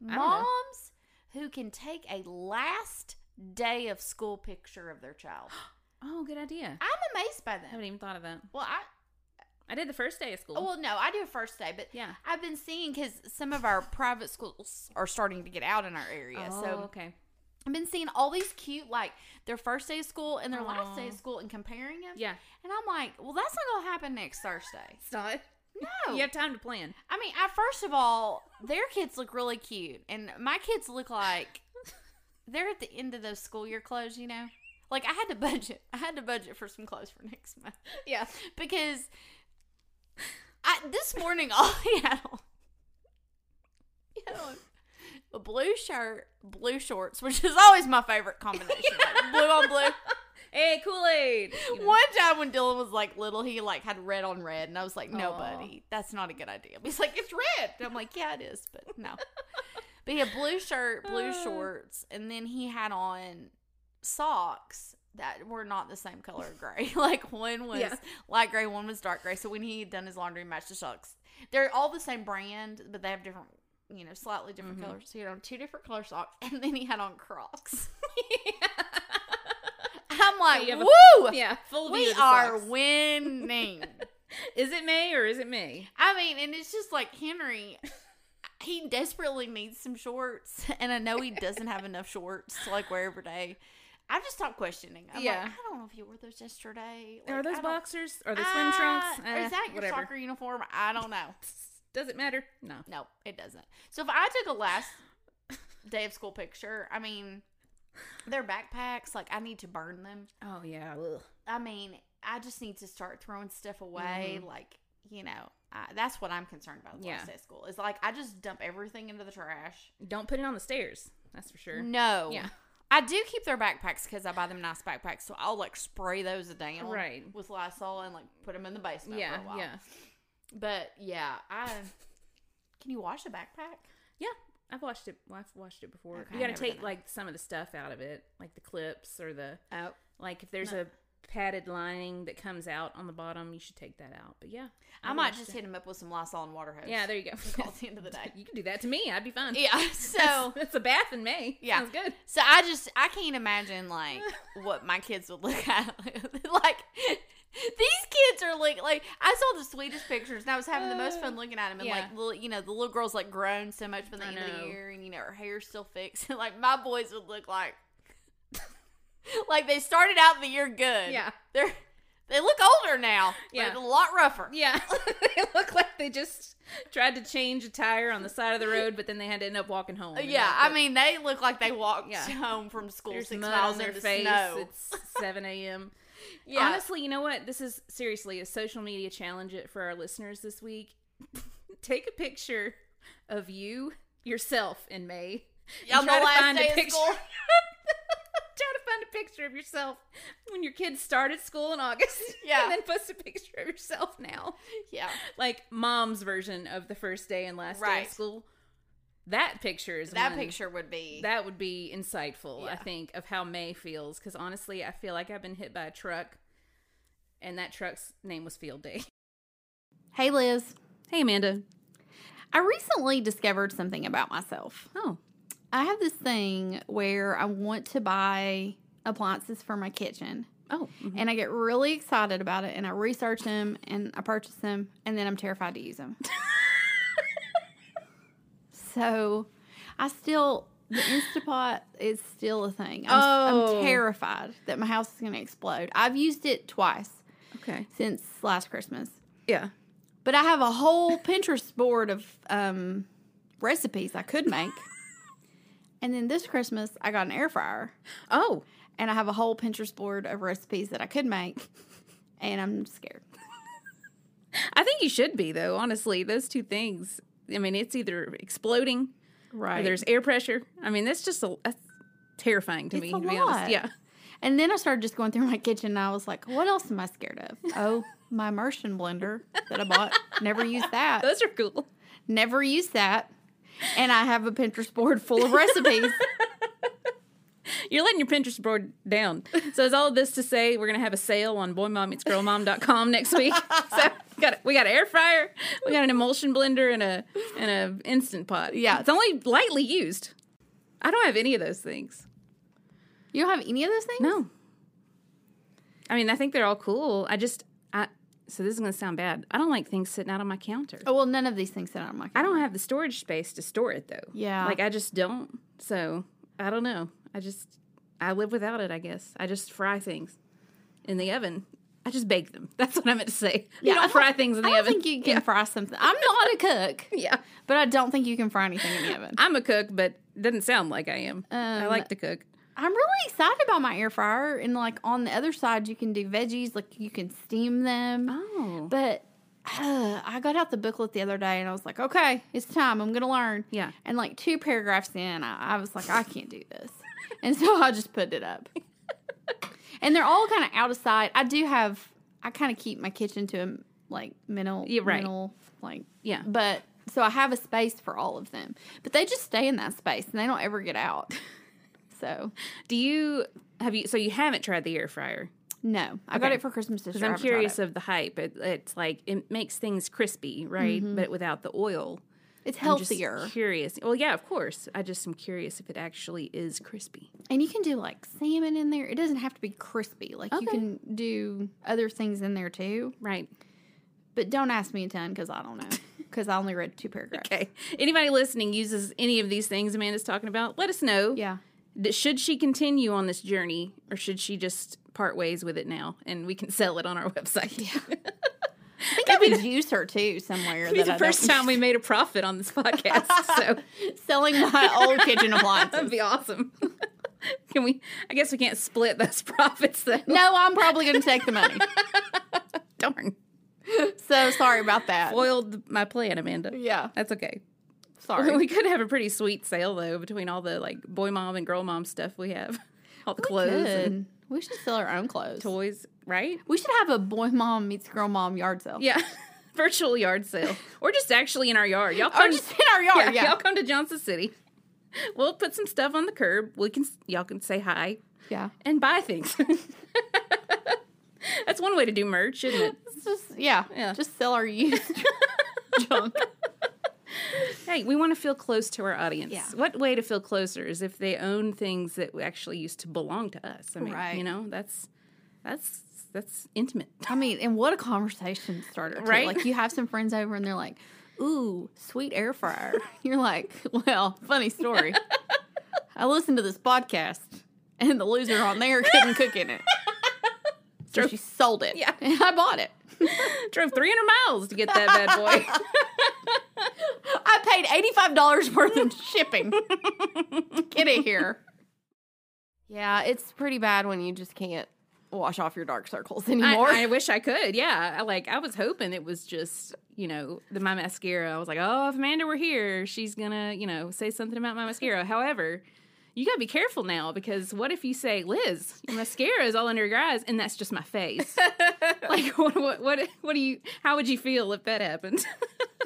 know.
Moms who can take a last day of school picture of their child.
oh, good idea.
I'm amazed by
I
them.
haven't even thought of that.
Well, I
I did the first day of school.
oh, well no, I do it first day, but
Yeah.
I've been seeing because some of our private schools are starting to get out in our area.
Oh,
so
okay.
I've been seeing all these cute like their first day of school and their last day of
Aw.
school and comparing them.
Yeah.
And I'm like, well, that's not gonna happen next Thursday.
It's not.
No.
You have time to plan.
I mean, I first of all, their kids look really cute, and my kids look like they're at the end of those school year clothes. You know, like I had to budget. I had to budget for some clothes for next month.
Yeah.
because I this morning all he had on, he had on a blue shirt, blue shorts, which is always my favorite combination, like blue on blue.
Hey, Kool Aid.
One time when Dylan was like little, he like had red on red, and I was like, "No,
Aw.
buddy, that's not a good idea." He's like, "It's red," and I'm like, "Yeah, it is," but no. but he had blue shirt, blue
Uh.
shorts, and then he had on socks that were not the same color of gray. like one was
Yeah.
light gray, one was dark gray. So when he had done his laundry, he matched the socks. They're all the same brand, but they have different. You know, slightly different
Mhm.
colors. So he had on two different color socks, and then he had on Crocs. I'm like,
you have a-
woo!
yeah. Full view
We
of the
are
socks.
winning.
Is it May or is it me?
I mean, and it's just like Henry, he desperately needs some shorts, and I know he doesn't have enough shorts to like wear every day. I've just stopped questioning. I'm
Yeah.
like, I don't know if you wore those yesterday.
Are
Like, I
those
don't-
boxers? Are they swim
Uh,
trunks?
or is
Uh,
that your
whatever.
soccer uniform? I don't know.
Does it matter? No.
No, it doesn't. So if I took a last day of school picture, I mean, their backpacks, like I need to burn them.
Oh yeah.
I mean, I just need to start throwing stuff away. Like, you know, I, that's what I'm concerned about with
Yeah.
last day of school. Is like I just dump everything into the trash.
Don't put it on the stairs. That's for sure.
No.
Yeah.
I do keep their backpacks because I buy them nice backpacks, so I'll like spray those down
Right.
with Lysol and like put them in the basement.
Yeah.
for a while.
Yeah.
But yeah, I can you wash a backpack?
Yeah. I've watched it. Well, I've watched it before.
Okay,
you
I've
got
never
to take
done it.
like some of the stuff out of it, like the clips or the
Oh,
like. If there's
No.
a padded lining that comes out on the bottom, you should take that out. But yeah,
I
I've
might
watched
just
it.
hit them up with some Lysol and water hose.
Yeah, there you go.
Call it the end of the day.
you can do that to me. I'd be fine.
Yeah. So
That's- that's a bath in May.
Yeah.
sounds good.
So I just I can't imagine like what my kids would look at. like these kids are like like I saw the sweetest pictures and I was having the most fun looking at them and
Uh, Yeah.
like little you know the little girls like grown so much by the
I
end of
know.
the year and you know her hair's still fixed and like my boys would look like like they started out the year good
Yeah.
they're they look older now yeah
Yeah.
but a lot rougher
Yeah, they look like they just tried to change a tire on the side of the road, but then they had to end up walking home. And
Uh, yeah
like,
I
the-
mean they look like they walked
Yeah.
home from school
there's
six
mud
miles
on their
in the
face.
snow
It's seven a.m.
yeah
Honestly, you know what? This is seriously a social media challenge it for our listeners this week. Take a picture of you yourself in May. and
on the
try to
last
find a
day of
picture-
school
Try to find a picture of yourself when your kids started school in August.
Yeah.
and then post a picture of yourself now.
yeah
Like mom's version of the first day and last day
Right.
of school. That picture is
That
one-
picture would be
That would be insightful, I
Yeah.
think, of how May feels. Because honestly, I feel like I've been hit by a truck, and that truck's name was Field Day.
Hey, Liz.
Hey, Amanda.
I recently discovered something about myself.
Oh,
I have this thing where I want to buy appliances for my kitchen,
Oh,
and I get really excited about it, and I research them, and I purchase them, and then I'm terrified to use them. so, I still the Instapot is still a thing. I'm,
Oh.
I'm terrified that my house is going to explode. I've used it twice
okay.
since last Christmas,
Yeah.
but I have a whole Pinterest board of um, recipes I could make. and then this Christmas, I got an air fryer
Oh,
and I have a whole Pinterest board of recipes that I could make, and I'm scared.
I think you should be though. Honestly, those two things. I mean, it's either exploding or
Right.
there's air pressure. I mean, that's just a that's terrifying to
It's
me.
a
to be honest,
lot.
yeah.
and then I started just going through my kitchen, and I was like, "What else am I scared of? Oh, my immersion blender that I bought. Never used that.
Those are cool.
Never used that." And I have a Pinterest board full of recipes.
You're letting your Pinterest board down. So is all of this to say we're gonna have a sale on boymommeetsgirlmom.com next week. So we got we got an air fryer, we got an emulsion blender, and a and a instant pot.
Yeah.
it's only lightly used. I don't have any of those things.
you don't have any of those things?
No. I mean, I think they're all cool. I just I so this is gonna sound bad. I don't like things sitting out on my counter.
Oh well, none of these things sit on my.
I don't have the storage space to store it though.
Yeah.
Like I just don't. So I don't know. I just I live without it, I guess. I just fry things in the oven. I just bake them. That's what I meant to say.
Yeah,
you
I
don't fry things in the
I don't
oven.
think you can fry something. I'm not a cook,
yeah.
but I don't think you can fry anything in the oven.
I'm a cook, but doesn't sound like I am. I
Um,
like to cook.
I'm really excited about my air fryer, and like on the other side, you can do veggies, like you can steam them.
Oh.
But uh, I got out the booklet the other day and I was like, okay, it's time. I'm going to learn.
Yeah.
And like two paragraphs in, I, I was like, I can't do this. And so I just put it up. and they're all kind of out of sight. I do have, I kind of keep my kitchen to a like minimal,
Yeah, right.
minimal, like,
Yeah.
But so I have a space for all of them. But they just stay in that space and they don't ever get out. So
Do you have you so you haven't tried the air fryer?
no, I got
Okay.
it for Christmas this
Because
year. I
I'm
haven't tried
curious
it.
of the hype. It, it's like it makes things crispy, right? But without the oil.
It's
I'm just
healthier.
curious. Well, yeah, of course. I just am curious if it actually is crispy.
And you can do like salmon in there. It doesn't have to be crispy. Like you
Okay.
can do other things in there too.
Right.
But don't ask me a ton because I don't know. Because I only read two paragraphs.
Okay. Anybody listening uses any of these things Amanda's talking about, let us know.
Yeah.
D- Should she continue on this journey or should she just part ways with it now and we can sell it on our website? Yeah.
I think I would use her too somewhere.
be
that
the
I
first
don't-
time we made a profit on this podcast. so
selling my old kitchen
that'd
appliances.
be awesome. can we? I guess we can't split those profits though.
No, I'm probably going to take the money.
Darn.
So sorry about that.
Foiled my plan, Amanda.
yeah,
That's okay.
sorry.
We could have a pretty sweet sale though between all the like boy mom and girl mom stuff we have, all the clothes and
Good. We should sell our own clothes.
toys, right?
We should have a boy mom meets girl mom yard sale.
Yeah, virtual yard sale, or just actually in our yard. Y'all
Or
come,
just in our yard.
yeah,
Yeah.
y'all come to Johnson City. We'll put some stuff on the curb. We can y'all can say hi
Yeah.
and buy things. That's one way to do merch, isn't it?
It's just, yeah.
Yeah.
Just sell our used junk.
Hey, we want to feel close to our audience.
Yeah.
What way to feel closer is if they own things that actually used to belong to us. I mean,
Right.
you know, that's that's that's intimate.
I mean, and what a conversation starter, too.
Right?
Like you have some friends over and they're like, "Ooh, sweet air fryer." You're like, "Well, funny story. I listened to this podcast, and the loser on there couldn't cook in it, so she sold it.
Yeah.
and I bought it.
Drove 300 miles to get that bad boy.
I paid eighty five dollars worth of shipping. Get it here.
Yeah, it's pretty bad when you just can't wash off your dark circles
I,
anymore.
I wish I could. Yeah, I, like I was hoping it was just you know the my mascara. I was like, oh, if Amanda were here, she's gonna you know say something about my mascara. However, you gotta be careful now because what if you say, Liz, your mascara is all under your eyes, and that's just my face. like what, what what what do you? How would you feel if that happened?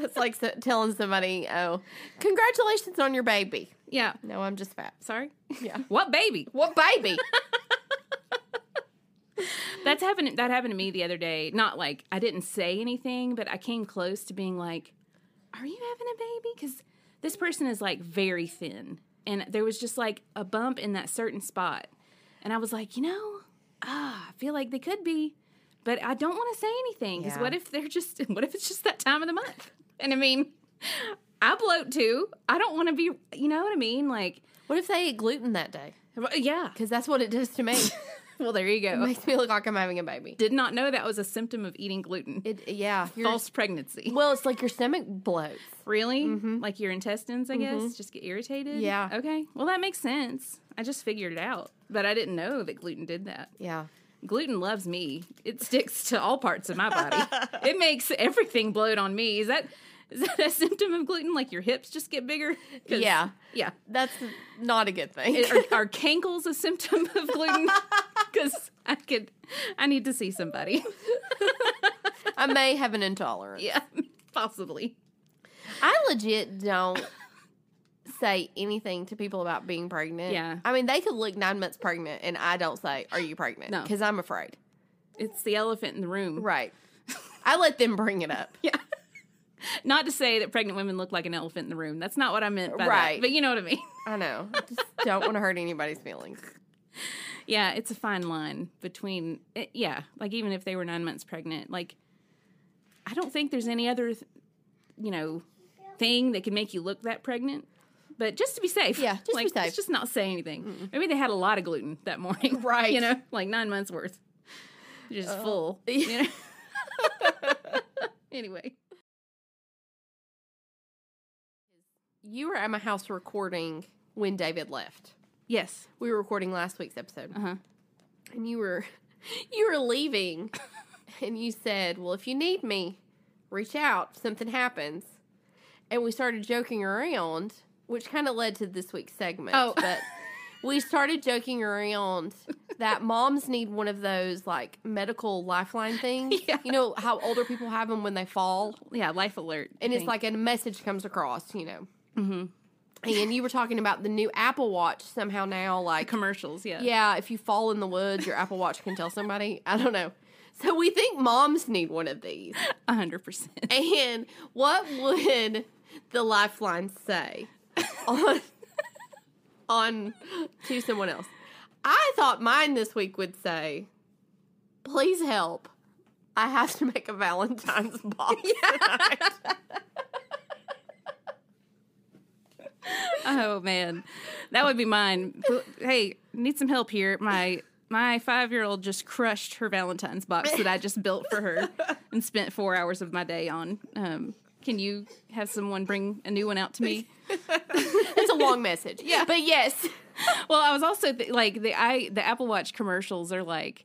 it's like so, telling somebody, "Oh, congratulations on your baby."
yeah,
No, I'm just fat.
sorry.
Yeah.
What baby?
What baby?
That's happened. That happened to me the other day. Not like I didn't say anything, but I came close to being like, "Are you having a baby?" Because this person is like very thin, and there was just like a bump in that certain spot, and I was like, you know, ah, I feel like they could be, but I don't want to say anything because
Yeah.
what if they're just, what if it's just that time of the month? And I mean, I bloat too. I don't want to be, you know what I mean? Like,
What if they eat gluten that day?
yeah.
Because that's what it does to me.
Well, there you go.
it makes me look like I'm having a baby.
Did not know that was a symptom of eating gluten.
It, yeah. your-
False pregnancy.
Well, it's like your stomach bloats.
Really? Like your intestines, I guess, just get irritated?
Mm-hmm. Yeah.
Okay. Well, that makes sense. I just figured it out, but I didn't know that gluten did that.
Yeah.
Gluten loves me. It sticks to all parts of my body. it makes everything bloat on me. Is that is that a symptom of gluten? Like your hips just get bigger? 'Cause-
Yeah.
Yeah.
That's not a good thing.
It- are, are cankles a symptom of gluten? Because I could, I need to see somebody.
I may have an intolerance.
yeah, possibly.
I legit don't say anything to people about being pregnant.
Yeah.
I mean, they could look nine months pregnant and I don't say, Are you pregnant?
No.
Because I'm afraid.
It's the elephant in the room.
Right. I let them bring it up.
Yeah. Not to say that pregnant women look like an elephant in the room. That's not what I meant by
Right.
that. But you know what I mean.
I know. I just don't want to hurt anybody's feelings.
Yeah, it's a fine line between eh, yeah, like even if they were 9 months pregnant, like I don't think there's any other th- you know thing that can make you look that pregnant. But just to be safe.
Yeah, just be
like,
safe.
Let's just not say anything. Maybe they had a lot of gluten that morning.
Right. Oh.
You know, like 9 months worth. Just full. You know? anyway.
You were at my house recording when David left.
Yes.
We were recording last week's episode.
Uh-huh.
And you were you were leaving and you said, Well, if you need me, reach out. if Something happens. And we started joking around, which kind of led to this week's segment.
Oh.
But we started joking around that moms need one of those like medical lifeline things.
Yeah.
You know how older people have them when they fall?
Yeah, life alert. I
and it's
think.
like a message comes across, you know. Mm-hmm. And you were talking about the new Apple Watch somehow now, like
commercials, yeah.
yeah, if you fall in the woods, your Apple Watch can tell somebody. I don't know. So we think moms need one of these.
A hundred percent.
And what would the lifeline say on on to someone else? I thought mine this week would say, "Please help. I have to make a Valentine's box." tonight."
Oh man, that would be mine. Hey, need some help here. My my five year old just crushed her Valentine's box that I just built for her and spent four hours of my day on. Um, can you have someone bring a new one out to me?
It's a long message. Yeah. But yes.
well, I was also th- like the I the Apple Watch commercials are like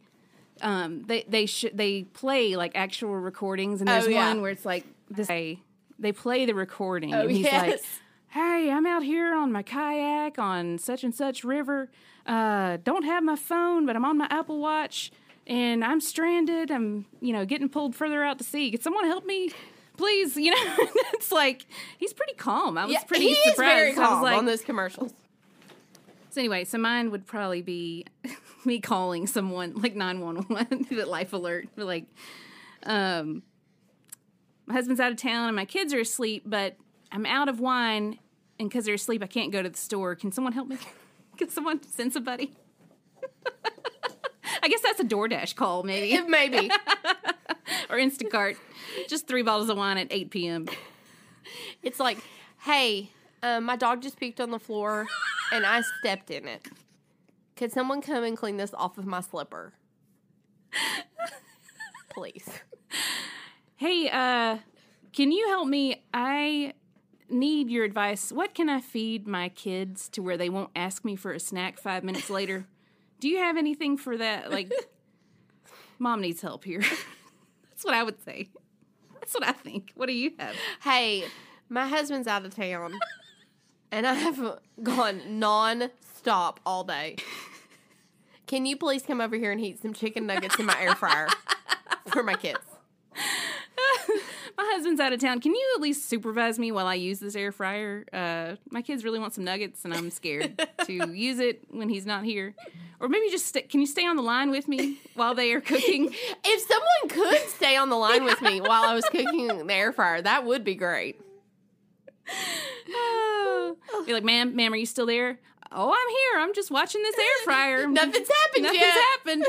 um they they sh- they play like actual recordings and there's
Oh, yeah. Oh,
one where it's like this they, they play the recording and he's like
yes.
hey i'm out here on my kayak on such and such river uh don't have my phone but i'm on my apple watch and i'm stranded i'm you know getting pulled further out to sea could someone help me please you know it's like he's pretty calm i was pretty
he is
surprised
very
I was
calm
like,
on those commercials.
so anyway, so mine would probably be me calling someone like nine one one, the life alert, be like, um, my husband's out of town and my kids are asleep, but I'm out of wine, and because they're asleep, I can't go to the store. Can someone help me? Can someone send somebody? I guess that's a DoorDash call, maybe,
If maybe.
or Instacart. Just three bottles of wine at eight p.m.
It's like, hey, um, my dog just puked on the floor and I stepped in it. Could someone come and clean this off of my slipper? Please.
Hey, uh, can you help me? I need your advice. What can I feed my kids to where they won't ask me for a snack five minutes later? Do you have anything for that? Like, mom needs help here. That's what I would say. That's what I think. What do you have?
Hey, my husband's out of town and I have gone non stop all day. Can you please come over here and heat some chicken nuggets in my air fryer for my kids?
My husband's out of town. Can you at least supervise me while I use this air fryer? Uh, my kids really want some nuggets, and I'm scared to use it when he's not here. Or maybe just st- can you stay on the line with me while they are cooking?
If someone could stay on the line with me while I was cooking in the air fryer, that would be great.
Be like, ma'am, ma'am, are you still there? Oh, I'm here. I'm just watching this air fryer.
Nothing's happened
Nothing's
yet.
happened.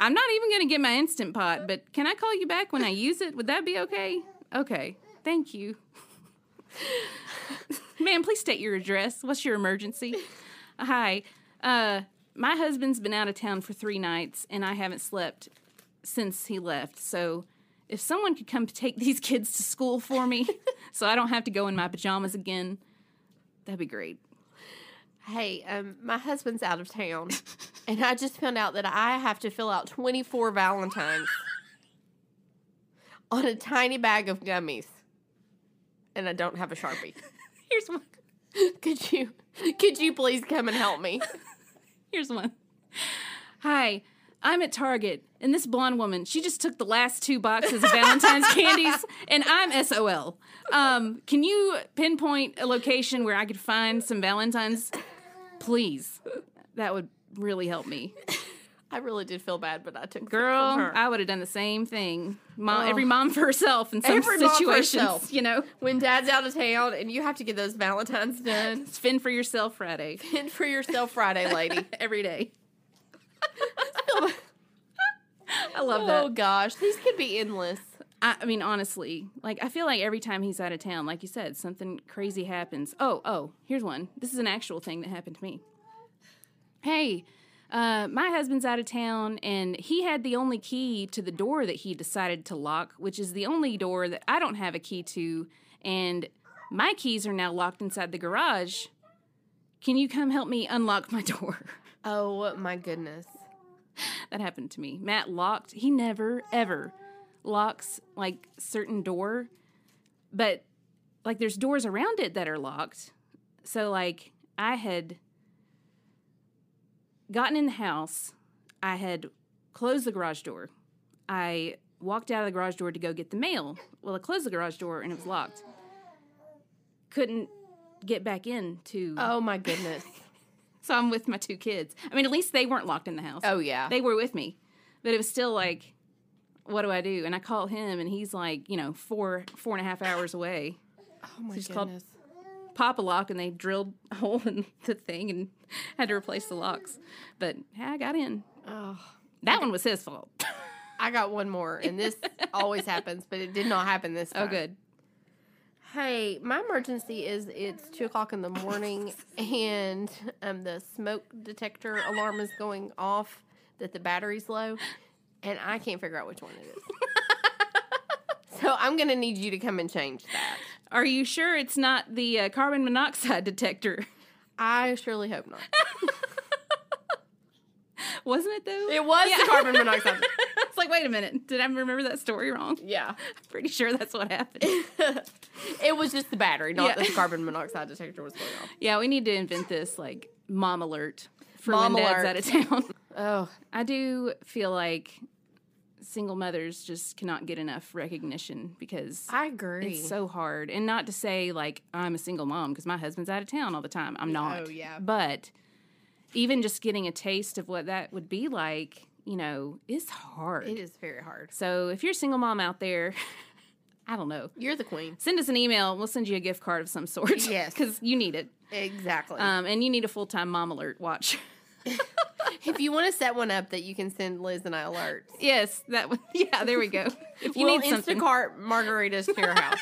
I'm not even going to get my Instant Pot, but can I call you back when I use it? Would that be okay? Okay. Thank you. Ma'am, please state your address. What's your emergency? Hi. Uh, my husband's been out of town for three nights, and I haven't slept since he left. So if someone could come take these kids to school for me so I don't have to go in my pajamas again, that'd be great.
Hey, um, my husband's out of town, and I just found out that I have to fill out 24 Valentines on a tiny bag of gummies, and I don't have a sharpie. Here's one. Could you, could you please come and help me?
Here's one. Hi, I'm at Target, and this blonde woman, she just took the last two boxes of Valentine's candies, and I'm SOL. Um, can you pinpoint a location where I could find some Valentine's? Please. That would really help me.
I really did feel bad, but I took it from
Girl,
her. Oh.
I would have done the same thing. Mom, Every mom for herself in some
Every mom for
situations,
herself.
you know.
when Dad's out of town and you have to get those Valentines done,
It's fin for yourself Friday.
pin for yourself Friday, lady.
Every day. I love that.
oh gosh, these could be endless.
I, I mean, honestly, like I feel like every time he's out of town, like you said, something crazy happens. Oh, oh, here's one. This is an actual thing that happened to me. Hey, uh, my husband's out of town, and he had the only key to the door that he decided to lock, which is the only door that I don't have a key to, and my keys are now locked inside the garage. Can you come help me unlock my door?
Oh my goodness.
that happened to me. Matt locked. He never ever locks like certain door, but like there's doors around it that are locked. So like I had gotten in the house, I had closed the garage door. I walked out of the garage door to go get the mail. Well, I closed the garage door and it was locked. Couldn't get back in to
Oh my goodness.
so I'm with my two kids. I mean, at least they weren't locked in the house
Oh yeah.
they were with me but it was still like what do i do and i call him and he's like you know four four and a half hours away
oh my
just called- pop a lock and they drilled a hole in the thing and had to replace the locks but i got in
Oh,
that one was his fault
I got one more, and this always happens, but it did not happen this time.
oh good
Hey, my emergency is it's two o'clock in the morning, and um, the smoke detector alarm is going off that the battery's low, and I can't figure out which one it is. so I'm gonna need you to come and change that.
are you sure it's not the uh, carbon monoxide detector
I surely hope not.
wasn't it though
It was the carbon monoxide.
it's like wait a minute did i remember that story wrong
Yeah,
i'm pretty sure that's what happened
it was just the battery, not
Yeah.
that the carbon monoxide detector was going off.
yeah we need to invent this like mom alert for
Mom
when
alert.
dad's out of town
Oh,
I do feel like single mothers just cannot get enough recognition because
I agree.
it's so hard. And not to say like I'm a single mom because my husband's out of town all the time. I'm not.
Oh, yeah.
But even just getting a taste of what that would be like, you know, is hard.
it is very hard.
So if you're a single mom out there, I don't know.
You're the queen.
Send us an email. We'll send you a gift card of some sort.
Yes.
Because you need it.
Exactly.
Um, and you need a full time mom alert watch.
if you want to set one up that you can send Liz and I alerts,
yes. That one. Yeah, there we go. If you
we'll
need something.
Instacart margaritas to your house.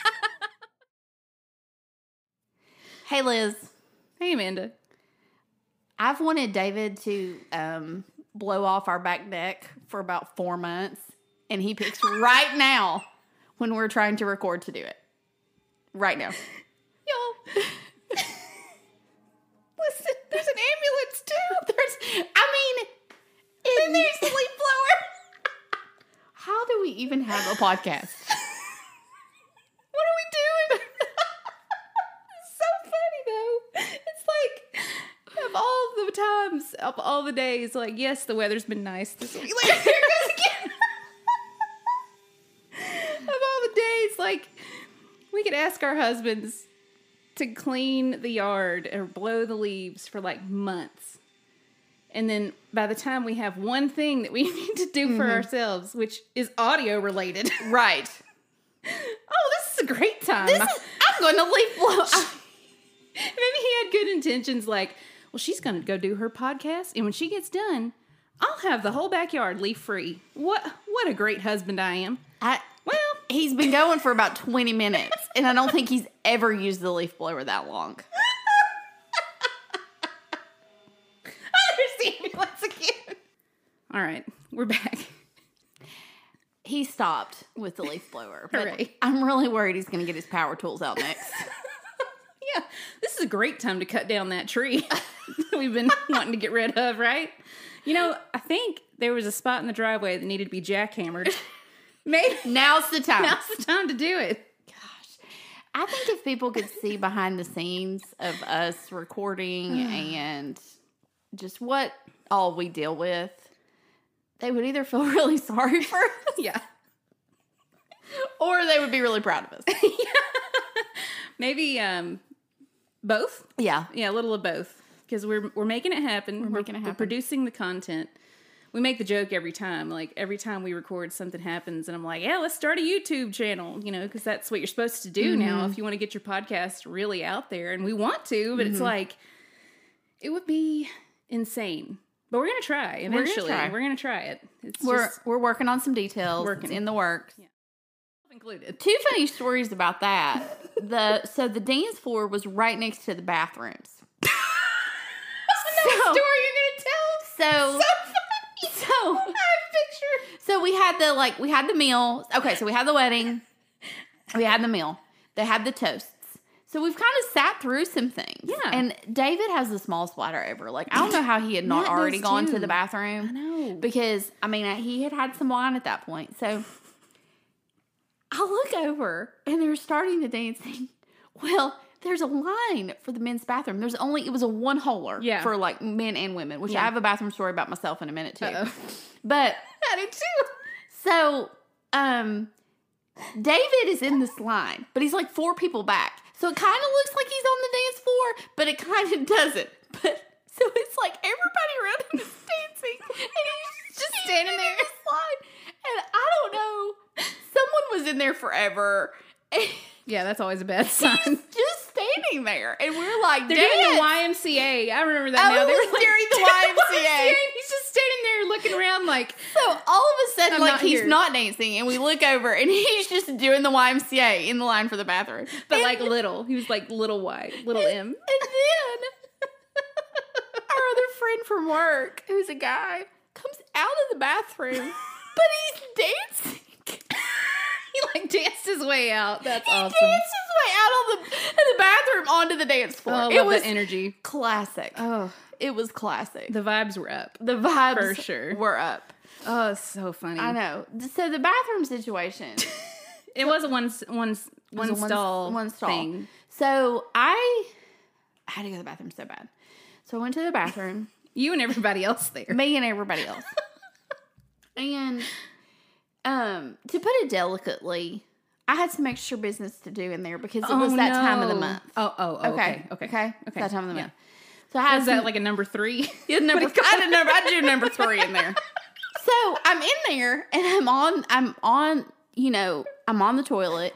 Hey, Liz.
Hey, Amanda.
I've wanted David to um, blow off our back neck for about four months, and he picks right now when we're trying to record to do it. Right now. Y'all. Listen, there's an ambulance too. There's, I mean, then there's sleep blower. How do we even have a podcast?
What are we doing? it's so funny though. It's like of all the times, of all the days, like yes, the weather's been nice this week. Like here it goes again. of all the days, like we could ask our husbands to clean the yard or blow the leaves for like months. And then by the time we have one thing that we need to do for ourselves, which is audio related.
Right.
Oh, this is a great time.
I'm going to leave blow.
Maybe he had good intentions like, well, she's going to go do her podcast. And when she gets done, I'll have the whole backyard leaf free. What what a great husband I am.
I
Well,
he's been going for about 20 minutes, and I don't think he's ever used the leaf blower that long. I understand once again.
all right, we're back.
He stopped with the leaf blower, but
Hooray.
I'm really worried he's going to get his power tools out next.
Yeah, this is a great time to cut down that tree that we've been wanting to get rid of, right? You know, I think there was a spot in the driveway that needed to be jackhammered. Maybe
Now's the time.
now's the time to do it.
I think if people could see behind the scenes of us recording and just what all we deal with, they would either feel really sorry for us
Yeah.
or they would be really proud of us.
Maybe um both.
Yeah.
Yeah, a little of both because we're we're making it happen. We're,
making it happen.
producing the content. We make the joke every time. Like every time we record, something happens, and I'm like, "Yeah, let's start a YouTube channel," you know, because that's what you're supposed to do now if you want to get your podcast really out there. And we want to, but it's like it would be insane. But we're gonna try
gonna
eventually. We're gonna
try.
try, it. It's
We're
just
we're working on some details.
Working.
It's in the works.
included.
Two funny stories about that. the so the dance floor was right next to the bathrooms. so,
Story you're
So so
picture.
So we had the like we had the meal. Okay, so we had the wedding. We had the meal. They had the toasts. So we've kind of sat through some things.
Yeah.
And David has the smallest bladder ever. Like I don't know how he had not
Matt
already
does
gone
too.
to the bathroom.
I know.
Because I mean uh, he had had some wine at that point. So I look over and they're starting the dancing. Well, there's a line for the men's bathroom. There's only it was a one holer
Yeah.
for like men and women, which I have a bathroom story about myself in a minute too.
Uh-oh.
But
I do too.
so, um, David is in this line, but he's like four people back. So it kind of looks like he's on the dance floor, but it kind of doesn't. But so it's like everybody around him is dancing, and he's just standing there in this line. And I don't know, someone was in there forever. And
Yeah, that's always a bad sign.
just standing there, and we're like,
They're
"Dance."
doing the YMCA. I remember that
Oh,
now.
it
They
was
were like,
during the
doing
YMCA.
and He's just standing there looking around like,
So all of a sudden,
I'm
like
not
he's
here.
not dancing, and we look over, and he's just doing the YMCA in the line for the bathroom.
but
And-
like little. He was like little Y, little M.
And then our other friend from work, who's a guy, comes out of the bathroom, but he's dancing.
He like danced his way out. That's
He
awesome.
danced his way out of the, of the bathroom onto the dance floor.
Oh, I
it
love
was
the energy.
classic.
Oh,
it was classic.
the vibes were up.
The vibes
For sure.
were up.
Oh, it's so funny.
I know. So the bathroom situation.
It was a one s- one s-
was
one
a one-
stall
one stall.
thing.
So I I had to go to the bathroom so bad. So I went to the bathroom,
You and everybody else there.
me and everybody else. and um, to put it delicately, I had some extra business to do in there because it was that time of the
Oh, no.
month.
Oh, oh, oh, okay, okay,
okay,
okay.
That time of the
Yeah.
month. So I had
Was
some-
that like a number three?
yeah, number I did number I do number three in there. So I'm in there and I'm on I'm on you know, I'm on the toilet.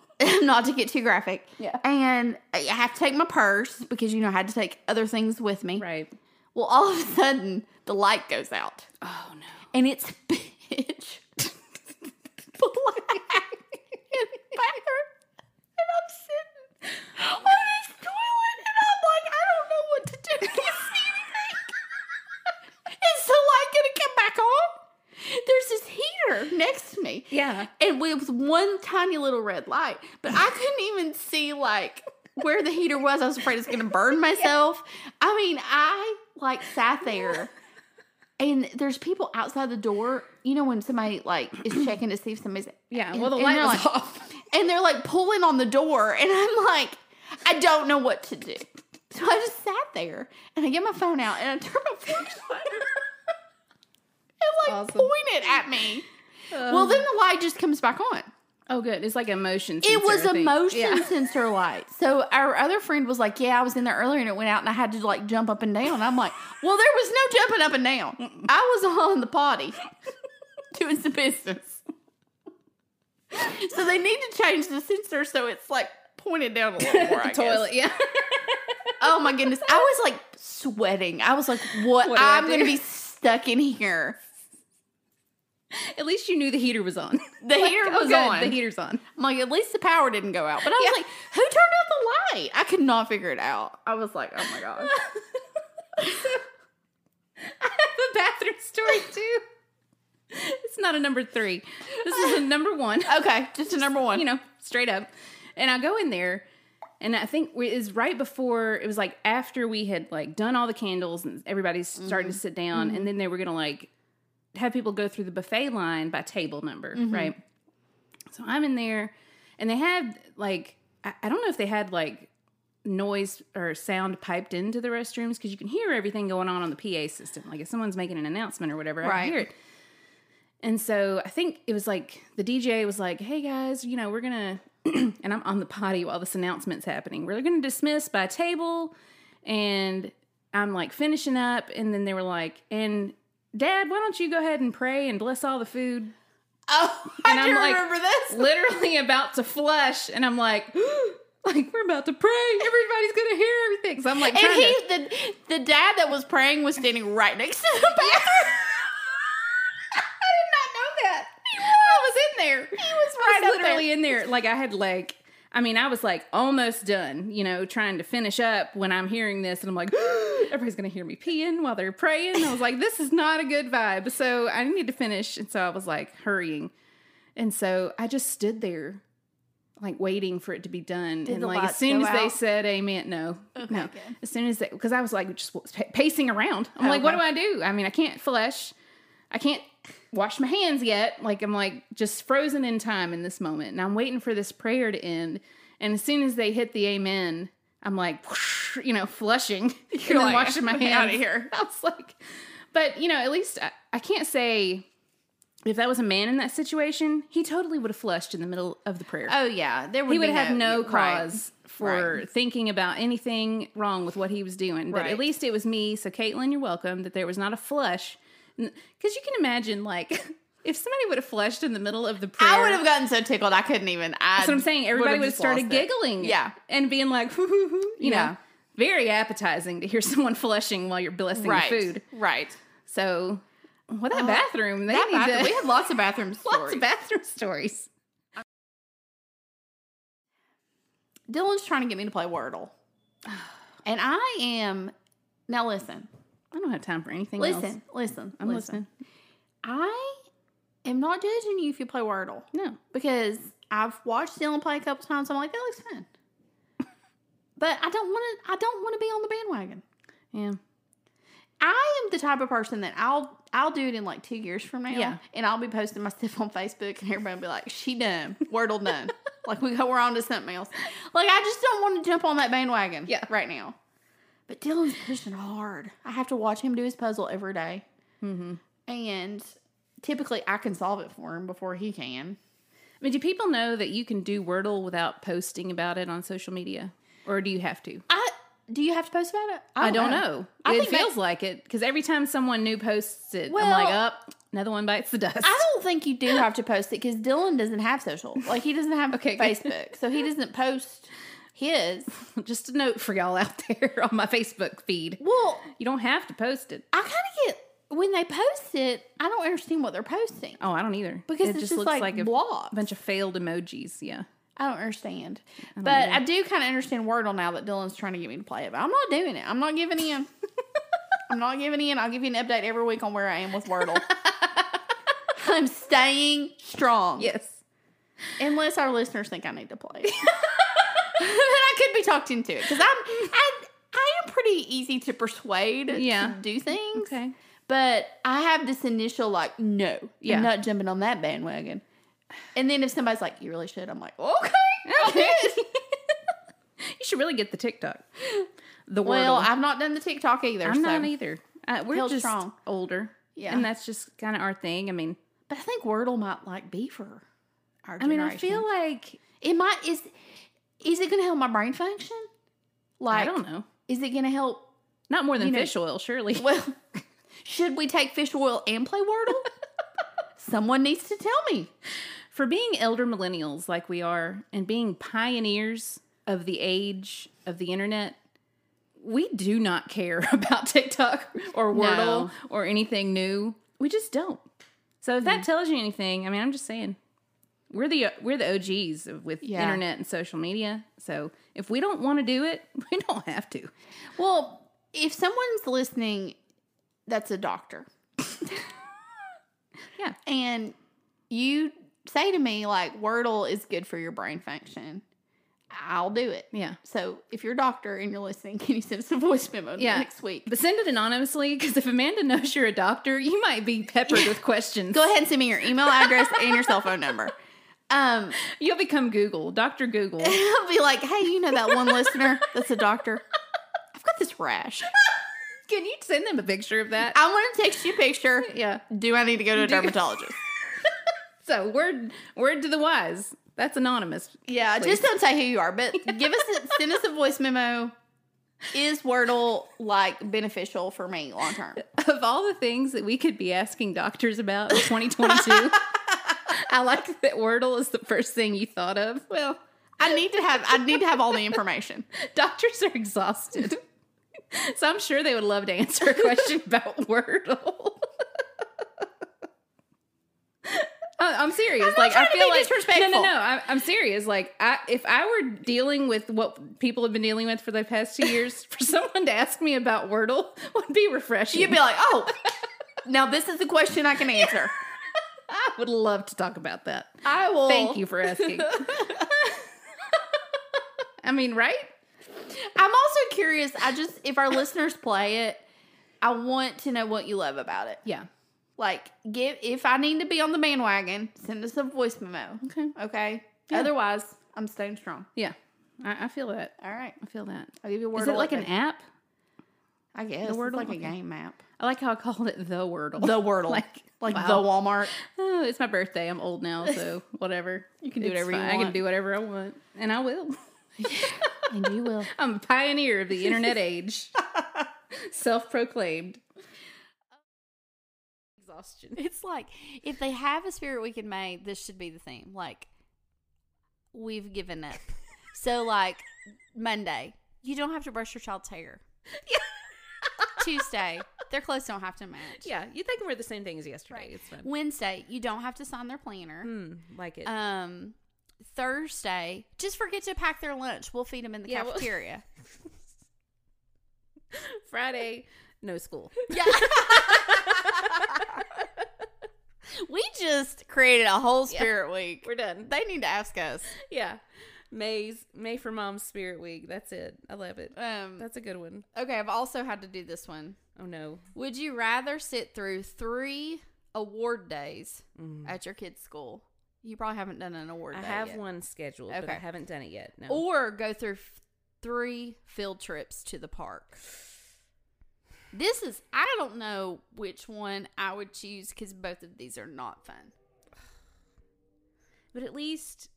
Not to get too graphic.
Yeah.
And I have to take my purse because you know I had to take other things with me.
right.
Well, all of a sudden the light goes out
Oh no.
and it's pitch black in the bathroom. And I'm sitting on this toilet and I'm like, I don't know what to do. I can't see anything. Is the light gonna come back on? There's this heater next to me.
Yeah.
And it was one tiny little red light, but I couldn't even see like where the heater was. I was afraid it's gonna burn myself. I mean, I like sat there and there's people outside the door. You know when somebody like is checking to see if somebody's
Yeah.
and-
Well, the
and
light
they're
was
like-
off.
and they're like pulling on the door, and I'm like, I don't know what to do. So I just sat there and I get my phone out and I turn my flashlight and like
Awesome.
point it at me. Well, then the light just comes back on.
Oh, good. It's like a motion.
It
sensor,
was
I
a
think.
motion
Yeah.
sensor light. So our other friend was like, "Yeah, I was in there earlier and it went out, and I had to like jump up and down." I'm like, "Well, there was no jumping up and down. I was on the potty doing some business." So they need to change the sensor so it's like pointed down a little more. I guess.
Toilet. Yeah.
Oh my goodness, I was like sweating. I was like, "What?
What do I
I'm gonna
do?"
be s- stuck in here.
At least you knew the heater was on.
The heater
oh,
was
good,
on.
The heater's on.
I'm like, at least the power didn't go out. But I was like, who turned out the light? I could not figure it out. I was like, oh my god.
I have a bathroom story too. It's not a number three. This is a number one.
okay, just a number one.
You know, straight up. And I go in there, and I think it was right before it was like after we had like done all the candles and everybody's starting to sit down, and then they were gonna like have people go through the buffet line by table number, right? So I'm in there, and they had like I, I don't know if they had like noise or sound piped into the restrooms because you can hear everything going on on the PA system. Like if someone's making an announcement or whatever, I
Right.
can hear it. And so I think it was like the DJ was like, "Hey guys, you know we're gonna," and I'm on the potty while this announcement's happening. We're gonna dismiss by table, and I'm like finishing up, and then they were like, "And Dad, why don't you go ahead and pray and bless all the food?"
oh,
And
I
I'm
do
like-
remember this.
literally about to flush, and I'm like, like we're about to pray. Everybody's gonna hear everything. So I'm
And
like, trying
he,
to,
the, the dad that was praying was standing right next to the bathroom. I did not know that. I was in there. He was
I
right
was
up there.
literally in there. Like I had like, I mean, I was like almost done, you know, trying to finish up when I'm hearing this, and I'm like, everybody's gonna hear me peeing while they're praying. I was like, this is not a good vibe. So I need to finish, and so I was like hurrying, and so I just stood there. Like waiting for it to be done, and
the
like as
lights
soon
go
as they
out?
said "Amen," no, no, as soon as they, because I was like just p- pacing around. I'm like, what do I do? I mean, I can't flush. I can't wash my hands yet. Like I'm like just frozen in time in this moment, and I'm waiting for this prayer to end. And as soon as they hit the amen, I'm like, whoosh, you know, flushing and then
like,
washing my
"Get
hands
outta here.
I was like, but you know, at least I, I can't say if that was a man in that situation, he totally would have flushed in the middle of the prayer.
Oh yeah, there would
he would
be
have no
right.
cause for thinking about anything wrong with what he was doing. But at
Right.
least it was me. So Caitlin, you're welcome. That there was not a flush, because you can imagine like if somebody would have flushed in the middle of the prayer.
I would have gotten so tickled I couldn't even. I
That's what I'm saying. Everybody would have
just
started
lost it.
giggling,
Yeah.
and being like, hoo, hoo, hoo, you
Yeah.
know, very appetizing to hear someone flushing while you're blessing
Right,
the food.
right.
So, well, that bathroom, they
That
need
bathroom,
to.
we had lots of bathroom stories.
lots of bathroom stories.
Dylan's trying to get me to play Wordle, and I am. Now listen,
I don't have time for anything else.
listen, listen,
I'm listening.
I am not judging you if you play Wordle
No.
because I've watched Dylan play a couple times. I'm like, that looks fun, but I don't want to. I don't want to be on the bandwagon.
Yeah.
I am the type of person that I'll I'll do it in like two years from now.
Yeah.
And I'll be posting my stuff on Facebook and everybody will be like, She done. Wordle done. like we go we're on to something else. Like I just don't want to jump on that bandwagon
Yeah.
right now. But Dylan's pushing hard. I have to watch him do his puzzle every day.
Mm-hmm.
And typically I can solve it for him before he can.
I mean, do people know that you can do Wordle without posting about it on social media, or do you have to?
I do you have to post about it?
I don't know.
I
it
think that-
feels like it because every time someone new posts it, I'm
Well-
like, up another one bites the dust.
I don't think you do have to post it because Dylan doesn't have social. Like he doesn't have
Okay, good.
Facebook, so he doesn't post his.
Just a note for y'all out there on my Facebook feed:
Well,
you don't have to post it.
I kind of get when they post it. I don't understand what they're posting
Oh, I don't either
because
it
it's
just
just,
looks
like,
like, a
blobs.
bunch of failed emojis. Yeah,
I don't understand, but I do kind of understand Wordle now that Dylan's trying to get me to play it. But I'm not doing it. I'm not giving in. I'm not giving in. I'll give you an update every week on where I am with Wordle. I'm staying strong.
yes.
unless our listeners think I need to play. then I could be talked into it because I'm I, I am pretty easy to persuade
Yeah.
to do things.
Okay.
But I have this initial like no,
Yeah.
I'm not jumping on that bandwagon. And then if somebody's like, "You really should," I'm like, "Okay."
Okay. you should really get the TikTok. The Wordle.
Well, I've not done the TikTok either.
I'm
so.
not either. Uh, we're
Feel
just
strong.
older.
Yeah.
And that's just kind of our thing. I mean,
but I think Wordle might like be for our
I mean,
generation.
I feel like,
it might is. Is it going to help my brain function? Like,
I don't know.
is it going to help
Not more than
you know-
fish oil, surely.
Well, should we take fish oil and play Wordle? Someone needs to tell me.
For being elder millennials like we are and being pioneers of the age of the internet, we do not care about TikTok or Wordle or anything new. We just don't. So if that tells you anything, I mean, I'm just saying, we're the we're the OGs of- with
Yeah.
internet and social media. So if we don't want to do it, we don't have to.
Well, if someone's listening, that's a doctor.
Yeah.
And you say to me, like, Wordle is good for your brain function. I'll do it.
Yeah.
So if you're a doctor and you're listening, can you send us a voice memo
Yeah.
next week?
But send it anonymously because if Amanda knows you're a doctor, you might be peppered with questions.
Go ahead and send me your email address and your cell phone number. Um,
You'll become Google, Doctor Google.
I'll be like, hey, you know that one listener that's a doctor? I've got this rash.
Can you send them a picture of that?
I want to text you a picture.
Yeah.
Do I need to go to a dermatologist?
So word word to the wise. That's anonymous.
Yeah, just don't say who you are, but give us a, send us a voice memo. Is Wordle like beneficial for me long term?
Of all the things that we could be asking doctors about in 2022, I like that Wordle is the first thing you thought of. Well,
I need to have I need to have all the information.
doctors are exhausted. So I'm sure they would love to answer a question about Wordle. I- I'm serious. like I
trying to
feel
be
like no,
disrespectful.
no, no. I, I'm serious. Like I, if I were dealing with what people have been dealing with for the past two years, for someone to ask me about Wordle would be refreshing.
You'd be like, oh, now this is the question I can answer.
I would love to talk about that.
I will.
Thank you for asking. I mean, right?
I'm also curious. I just if our listeners play it, I want to know what you love about it.
Yeah.
Like, give if I need to be on the bandwagon, send us a voice memo.
Okay.
Okay. Otherwise, I'm staying strong.
Yeah. I, I feel that.
All right.
I feel that.
I'll give you a word.
Is it like an app?
I guess
The
the word
Wordle?
like
Okay.
a game map.
I like how I called it the Wordle.
The Wordle,
Like,
like like
wow.
the Walmart.
Oh, it's my birthday. I'm old now, so whatever. you
can do whatever you
I can
want.
do whatever I want, and I will.
And you will.
I'm a pioneer of the internet age, self-proclaimed. Exhaustion.
It's like if they have a spirit week in May, this should be the theme. Like we've given up. so like Monday, you don't have to brush your child's hair. Tuesday, their clothes don't have to match.
Yeah, you think we're the same thing as yesterday.
Right.
It's fun.
Wednesday, you don't have to sign their
Mm-hmm.
planner.
Mm, like it.
Um Thursday, just forget to pack their lunch. We'll feed them in the
Yeah, well-
cafeteria.
Friday, no school.
we just created a whole spirit week.
We're done.
They need to ask us.
Yeah, May's May for Mom's Spirit Week. That's it. I love it.
Um,
That's a good one.
okay, I've also had to do this one.
Oh no.
Would you rather sit through three award days at your kid's school? You probably haven't done an award
Mm. I
day.
have
yet.
one scheduled, but
Okay.
I haven't done it yet. No.
Or go through f- three field trips to the park. This is, I don't know which one I would choose because both of these are not fun.
But at least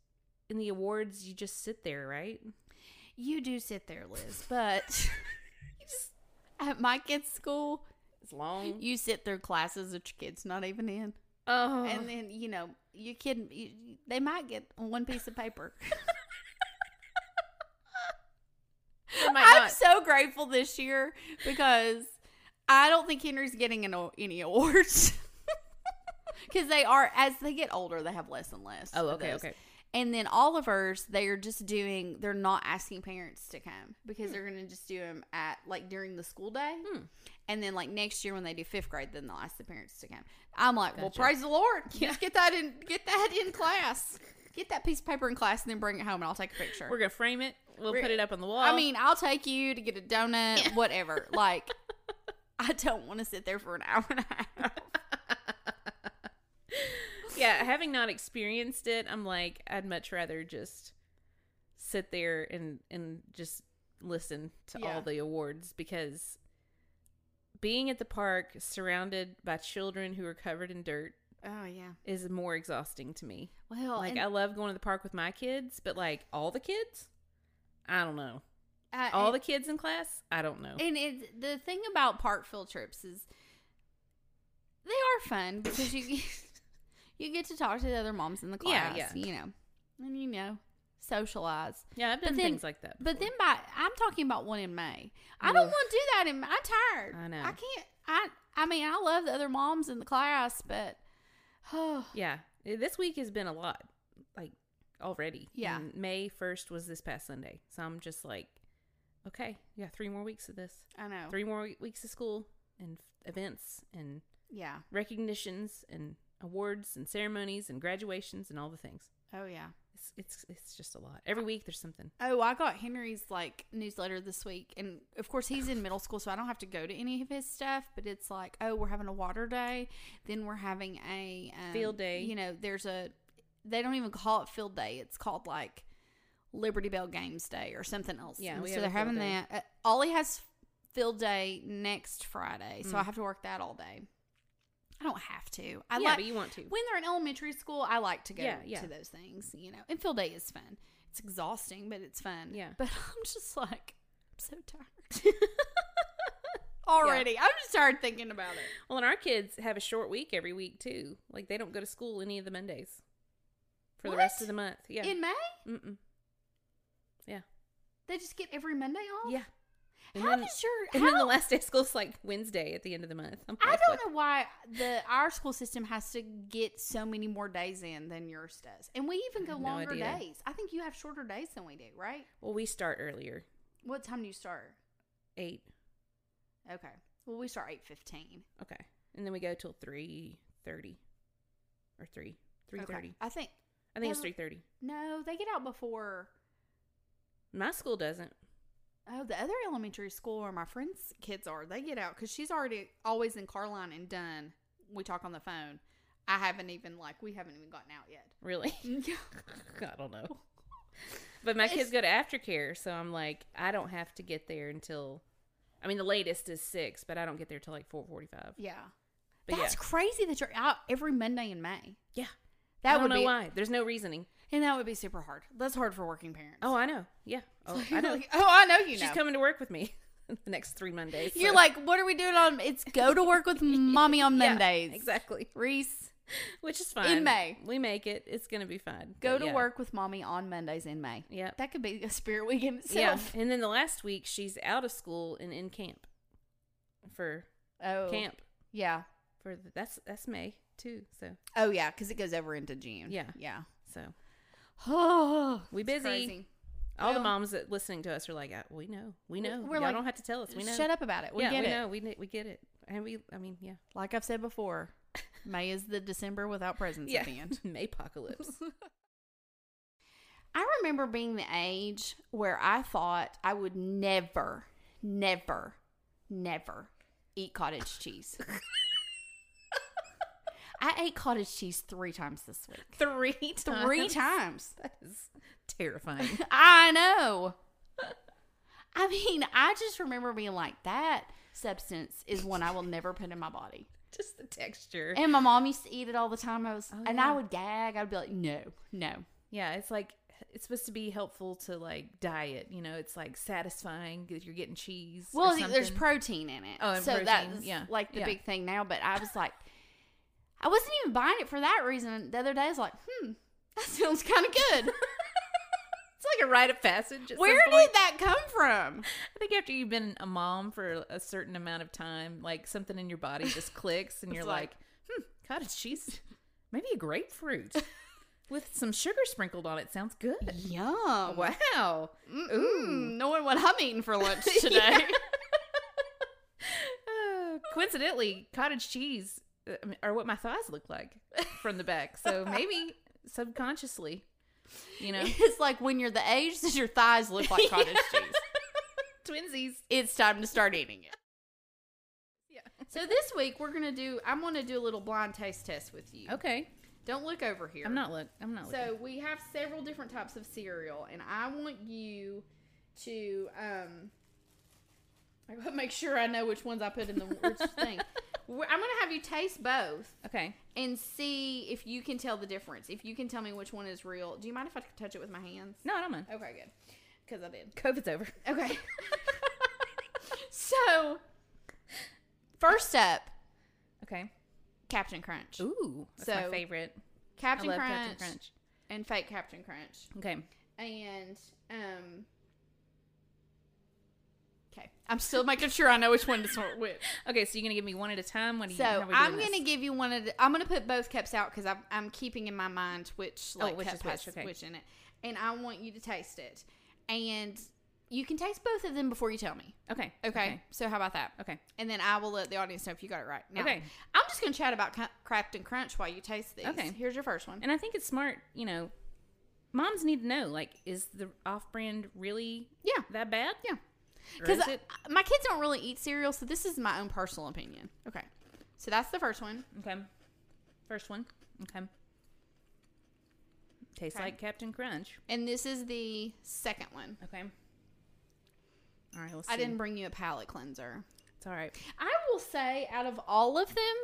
in the awards, you just sit there, right?
You do sit there, Liz, but at my kid's school,
It's long.
you sit through classes that your kid's not even in.
oh,
And then, you know, your kid, you, they might get one piece of paper.
I might
I'm
not.
so grateful this year because I don't think Henry's getting an, o- any awards. Because they are, as they get older, they have less and less.
Oh,
of
okay,
those.
okay.
And then Oliver's, they are just doing, they're not asking parents to come because they're going to just do them at, like, during the school day. And then, like, next year when they do fifth grade, then they'll ask the parents to come. I'm like, well,
Gotcha.
praise the Lord. Just get that in, get that in class. Get that piece of paper in class and then bring it home and I'll take a picture.
We're gonna frame it. We'll
We're-
put it up on the wall.
I mean, I'll take you to get a donut, whatever. Like, I don't want to sit there for an hour and a half.
yeah. Having not experienced it, I'm like, I'd much rather just sit there and and just listen to
Yeah.
all the awards because being at the park surrounded by children who are covered in dirt
Oh yeah.
is more exhausting to me.
Well,
like uh,
and
I love going to the park with my kids, but like all the kids, I don't know.
I-
All the kids in class, I don't know.
and it, the thing about park field trips is they are fun because you you get to talk to the other moms in the
Yeah,
class.
yeah.
You know, and you know socialize.
Yeah, I've done
then-
things like that.
But then by I'm talking about one in May. I don't want to do that in I'm tired.
I know.
I can't I I mean, I love the other moms in the class, but oh
Yeah, Eh, this week has been a lot, like already.
Yeah.
And May first was this past Sunday, so I'm just like, okay, yeah, three more weeks of this,
I know.
three more we- weeks of school and f- events and
Yeah.
recognitions and awards and ceremonies and graduations and all the things.
Oh yeah.
It's it's it's just a lot. Every week there's something.
Oh, I got Henry's like newsletter this week, and of course he's in middle school, so I don't have to go to any of his stuff. But it's like, oh, we're having a water day, then we're having a um,
Field day.
You know, there's a they don't even call it field day; it's called like Liberty Bell Games Day or something else.
Yeah,
And
we
so
have a
they're having
field day.
that. Uh, Ollie has field day next Friday,
Mm.
so I have to work that all day. I don't have to. I
yeah,
like
but you want to.
when they're in elementary school, I like to go
Yeah, yeah.
to those things, you know. And field day is fun. It's exhausting, but it's fun.
Yeah.
But I'm just like, I'm so tired. Already. I'm just tired thinking about it.
Well, and our kids have a short week every week too. Like they don't go to school any of the Mondays for the rest
What?
of the month. Yeah.
In May,
Mm-mm. Yeah.
they just get every Monday off.
Yeah. And
how
then,
does your
and
how,
then the last day of school's like Wednesday at the end of the month. I'm
I
like,
don't
what?
know why the our school system has to get so many more days in than yours does. And we even
I
go
have no
longer
idea.
days. I think you have shorter days than we do, right?
Well, we start earlier,
What time do you start?
eight.
Okay. Well, we start eight fifteen.
Okay, and then we go till three thirty, or three three thirty.
I think
I think it's
Every-
three thirty.
No, they get out before.
My school doesn't.
Oh, the other elementary school where my friend's kids are, they get out because she's already always in Carline and done. We talk on the phone. I haven't even like we haven't even gotten out yet.
Really? I don't know. But my kids go to aftercare, so I'm like, I don't have to get there until. I mean, the latest is six, but I don't get there till like four forty-five.
yeah,
But
that's
yeah,
crazy that you're out every Monday in May.
yeah.
That
I don't
would
know
be
why. There's no reasoning.
and that would be super hard. That's hard for working parents.
Oh, I know. Yeah. Oh, I
You're
know.
like, oh, I know you know.
She's coming to work with me the next three Mondays.
You're
so-
like, what are we doing on? It's go to work with mommy on
Yeah,
Mondays.
exactly.
Reese,
Which is fine.
May.
We make it. It's going to be fine.
go
But
to
yeah.
work with mommy on Mondays in May.
Yep.
That could be a spirit weekend
yeah.
itself.
And then the last week, she's out of school and in camp for
Oh,
camp.
Yeah.
For the, that's that's May too. So
Oh yeah, because it goes over into June.
Yeah.
yeah.
so
Oh,
we busy. All the moms that listening to us are like, "Uh, we know, we know.
we're
Y'all
like,
don't have to tell us. We know.
Shut up about it. We
yeah,
get
we
it.
know. We kn- we get it. And we, I mean, yeah,
Like I've said before, May is the December without presents at the end.
May apocalypse.
I remember being the age where I thought I would never, never, never eat cottage cheese. I ate cottage cheese three times this week.
Three
Three times.
That is terrifying.
I know. I mean, I just remember being like, that substance is one I will never put in my body.
Just the texture.
And my mom used to eat it all the time. I was,
Oh,
and
yeah.
I would gag. I'd be like, no, no.
Yeah, it's like it's supposed to be helpful to like diet. You know, it's like satisfying that you're getting cheese. or
Well, see, there's
something.
protein in it.
Oh, and
so
protein,
that's
yeah,
like the
yeah.
big thing now. But I was like, I wasn't even buying it for that reason. The other day, I was like, hmm, that sounds kind of good.
it's like a rite of passage. at
Where
some point.
did that come from?
I think after you've been a mom for a certain amount of time, like something in your body just clicks, and you're like,
like-
hmm, cottage cheese, maybe a grapefruit with some sugar sprinkled on it sounds good.
Yum.
Wow.
Ooh, knowing what I'm eating for lunch today.
Uh, coincidentally, cottage cheese uh, I mean, are what my thighs look like from the back. So maybe subconsciously, you know,
It's like when you're the age that your thighs look like cottage cheese.
twinsies.
It's time to start eating it.
Yeah.
So this week we're gonna do. I'm gonna do a little blind taste test with you.
Okay.
Don't look over here.
I'm not look. I'm not looking.
So we have several different types of cereal, and I want you to um, I gotta make sure I know which ones I put in the which thing. We're- I'm gonna have you taste both
Okay.
and see if you can tell the difference. If you can tell me which one is real, do you mind if I touch it with my hands?
No, I don't mind.
Okay, good, because I did.
COVID's over.
Okay. so first up,
Okay.
Captain Crunch.
Ooh, that's my
So-
favorite. I
Captain
love
Crunch
Captain Crunch.
and fake Captain Crunch.
Okay.
and um,
Okay. I'm still making sure I know which one to sort with.
Okay, so you're gonna give me one at a time. What do you? how
So
are we
I'm
doing this?
gonna give you one of. The, I'm gonna put both cups out because I'm I'm keeping in my mind which like
Oh, which
cup
is which,
has
okay.
which in it, and I want you to taste it, and you can taste both of them before you tell me.
Okay.
Okay. So how about that?
Okay.
And then I will let the audience know if you got it right. Now,
Okay.
I'm just gonna chat about cu- craft and crunch while you taste these.
Okay.
Here's your first one.
And I think it's smart. You know, moms need to know. Like, is the off-brand really
Yeah.
that bad?
Yeah.
Or
Because
is it?
my kids don't really eat cereal, so this is my own personal opinion. Okay. So that's the first one.
Okay. First one. Okay. Tastes
Okay.
like Captain Crunch.
And this is the second one.
Okay. All right. Let's
I
see.
didn't bring you a palate cleanser.
It's all right.
I will say, out of all of them,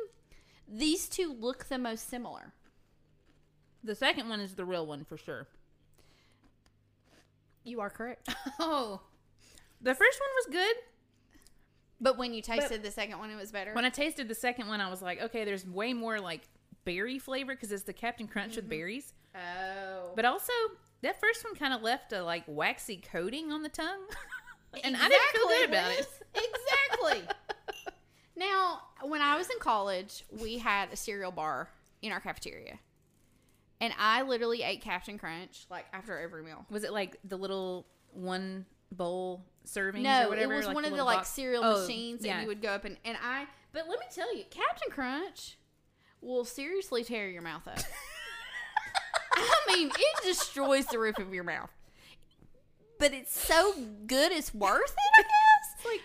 these two look the most similar.
The second one is the real one for sure.
You are correct. oh.
The first one was good.
But when you tasted the second one, it was better.
When I tasted the second one, I was like, okay, there's way more like berry flavor because it's the Captain Crunch with berries.
oh.
But also, that first one kind of left a like waxy coating on the tongue. and I
exactly,
didn't feel good about it.
Liz. exactly. now, when I was in college, we had a cereal bar in our cafeteria. And I literally ate Captain Crunch like after every meal.
Was it like the little one bowl servings or
No, it
whatever?
was
like
one of the
little
like
box-
cereal
Oh,
machines,
yeah.
and you would go up and and I. But let me tell you, Captain Crunch will seriously tear your mouth up. I mean, it destroys the roof of your mouth. But it's so good, it's worth it, I guess. Like,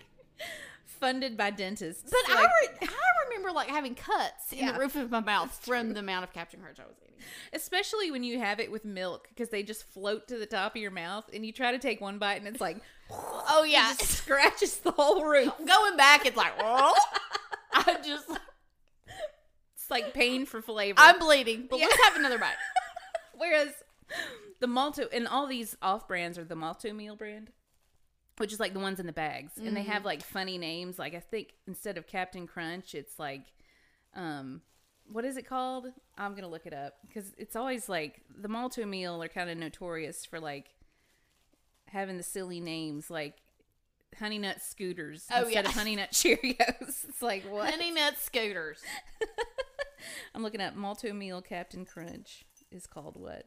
funded by dentists.
but I re- I remember like having cuts in the roof of my mouth from the amount of Captain Crunch I was eating.
Especially when you have it with milk because they just float to the top of your mouth and you try to take one bite and it's like
Oh yeah,
it scratches the whole roof.
going back, it's like I just
It's like pain for flavor.
I'm bleeding. But let's have another bite.
Whereas the Malto and all these off brands are the Malto meal brand, which is like the ones in the bags, and they have like funny names. Like I think instead of Captain Crunch, it's like, um, what is it called? I'm gonna look it up because it's always like the Malto meal are kind of notorious for like having the silly names like. Honey Nut Scooters
Oh,
instead of
yeah.
Honey Nut Cheerios. It's like what?
Honey Nut Scooters.
I'm looking up Malto Meal Captain Crunch is called what?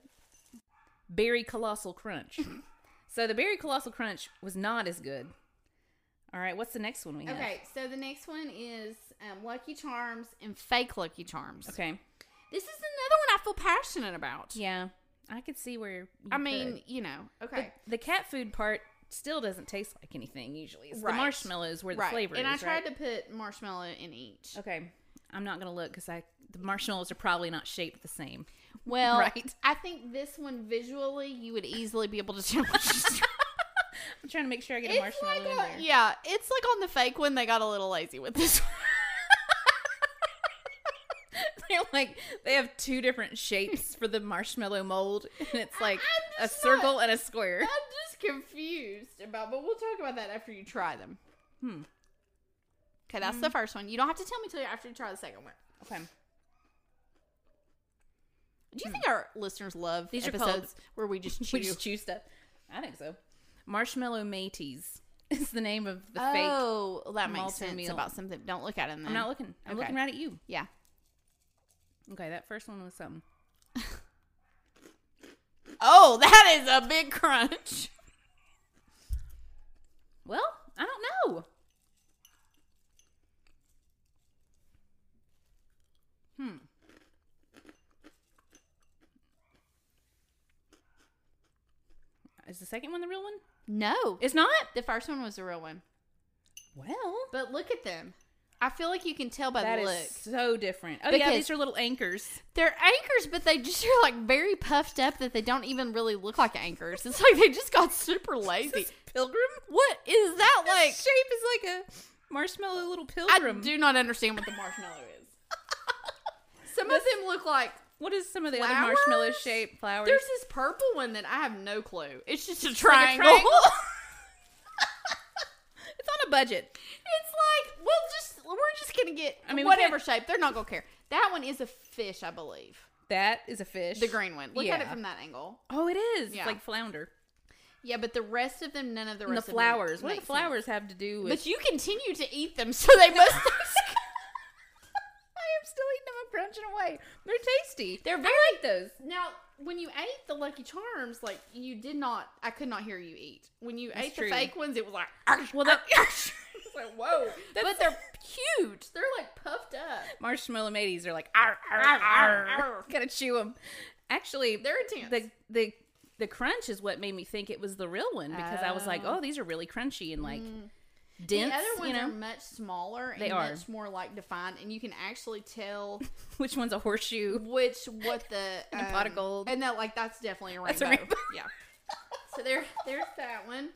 Berry Colossal Crunch. so the Berry Colossal Crunch was not as good. All right, what's the next one we have?
Okay, so the next one is um, Lucky Charms and fake Lucky Charms.
Okay.
This is another one I feel passionate about.
Yeah, I could see where. you
I mean,
could.
you know, okay.
the cat food part still doesn't taste like anything. Usually, it's
Right.
the marshmallows where the
right.
flavor
and
is.
I tried
right?
to put marshmallow in each.
Okay, I'm not gonna look because I the marshmallows are probably not shaped the same.
Well,
Right.
I think this one visually you would easily be able to tell. what she's-
I'm trying to make sure I get a
it's
marshmallow
like
in
a,
there.
yeah, it's like on the fake one they got a little lazy with this one.
They're like they have two different shapes for the marshmallow mold, and it's like
I'm
a
just
circle and a square.
I'm just confused about, but we'll talk about that after you try them.
Hmm.
Okay, that's the first one. You don't have to tell me till you after you try the second one.
Okay,
Do you think our listeners love
These
Hmm. these
are
episodes where we just chew?
we just chew stuff. I think so. Marshmallow Mateys is the name of the fake.
oh, that makes
malted
sense
meal.
about something. Don't look at them. Then.
I'm not looking. I'm
Okay.
looking right at you.
Yeah.
Okay, that first one was something.
Oh, that is a big crunch.
Well, I don't know. Hmm. Is the second one the real one?
No,
It's not.
the first one was the real one.
Well,
But look at them. I feel like you can tell by
that
the
is
look.
so different. Oh yeah,
Because-
these are little anchors.
They're anchors, but they just are like very puffed up that they don't even really look like anchors. It's like they just got super lazy.
Pilgrim.
What is that
Like
like?
shape is like a marshmallow little
I
pilgrim.
do not understand what the marshmallow is. Some of them look like
what is some of the other
Flowers?
marshmallow shaped flowers?
There's this purple one that I have no clue. It's just a
Like a
triangle.
it's on a budget.
it's like, we'll just we're just gonna get
I mean, we
whatever
can't-
shape. They're not gonna care. That one is a fish, I believe.
That is a fish.
The green one. Look at it
Yeah.
from that angle.
Oh, it is. It's
Yeah.
like flounder.
Yeah, but the rest of them, none of the
And the
rest of them
flowers. What do
make
the flowers have to do
sense.
with?
But you continue to eat them, so they must.
I am still eating them. I'm crunching away. They're tasty.
They're
I
very.
like those.
Now, when you ate the Lucky Charms, like you did not, I could not hear you eat. When you
That's
ate
true.
the fake ones, it was like,
Well, that
It's like whoa. but they're huge. They're like puffed up.
marshmallow mateys are like, "Arr, arr, arr, arr." gotta chew them. Actually,
They're intense.
the the the crunch is what made me think it was the real one because I was like,
Oh. Mm.
oh, these are really crunchy and like
the
dense.
other ones
you know,
are much smaller
They
and
are.
much more like defined, and you can actually tell
which one's a horseshoe?
which what the um,
And a pot of gold.
and that like that's definitely a rainbow.
That's a rainbow.
yeah. So there, there's that one.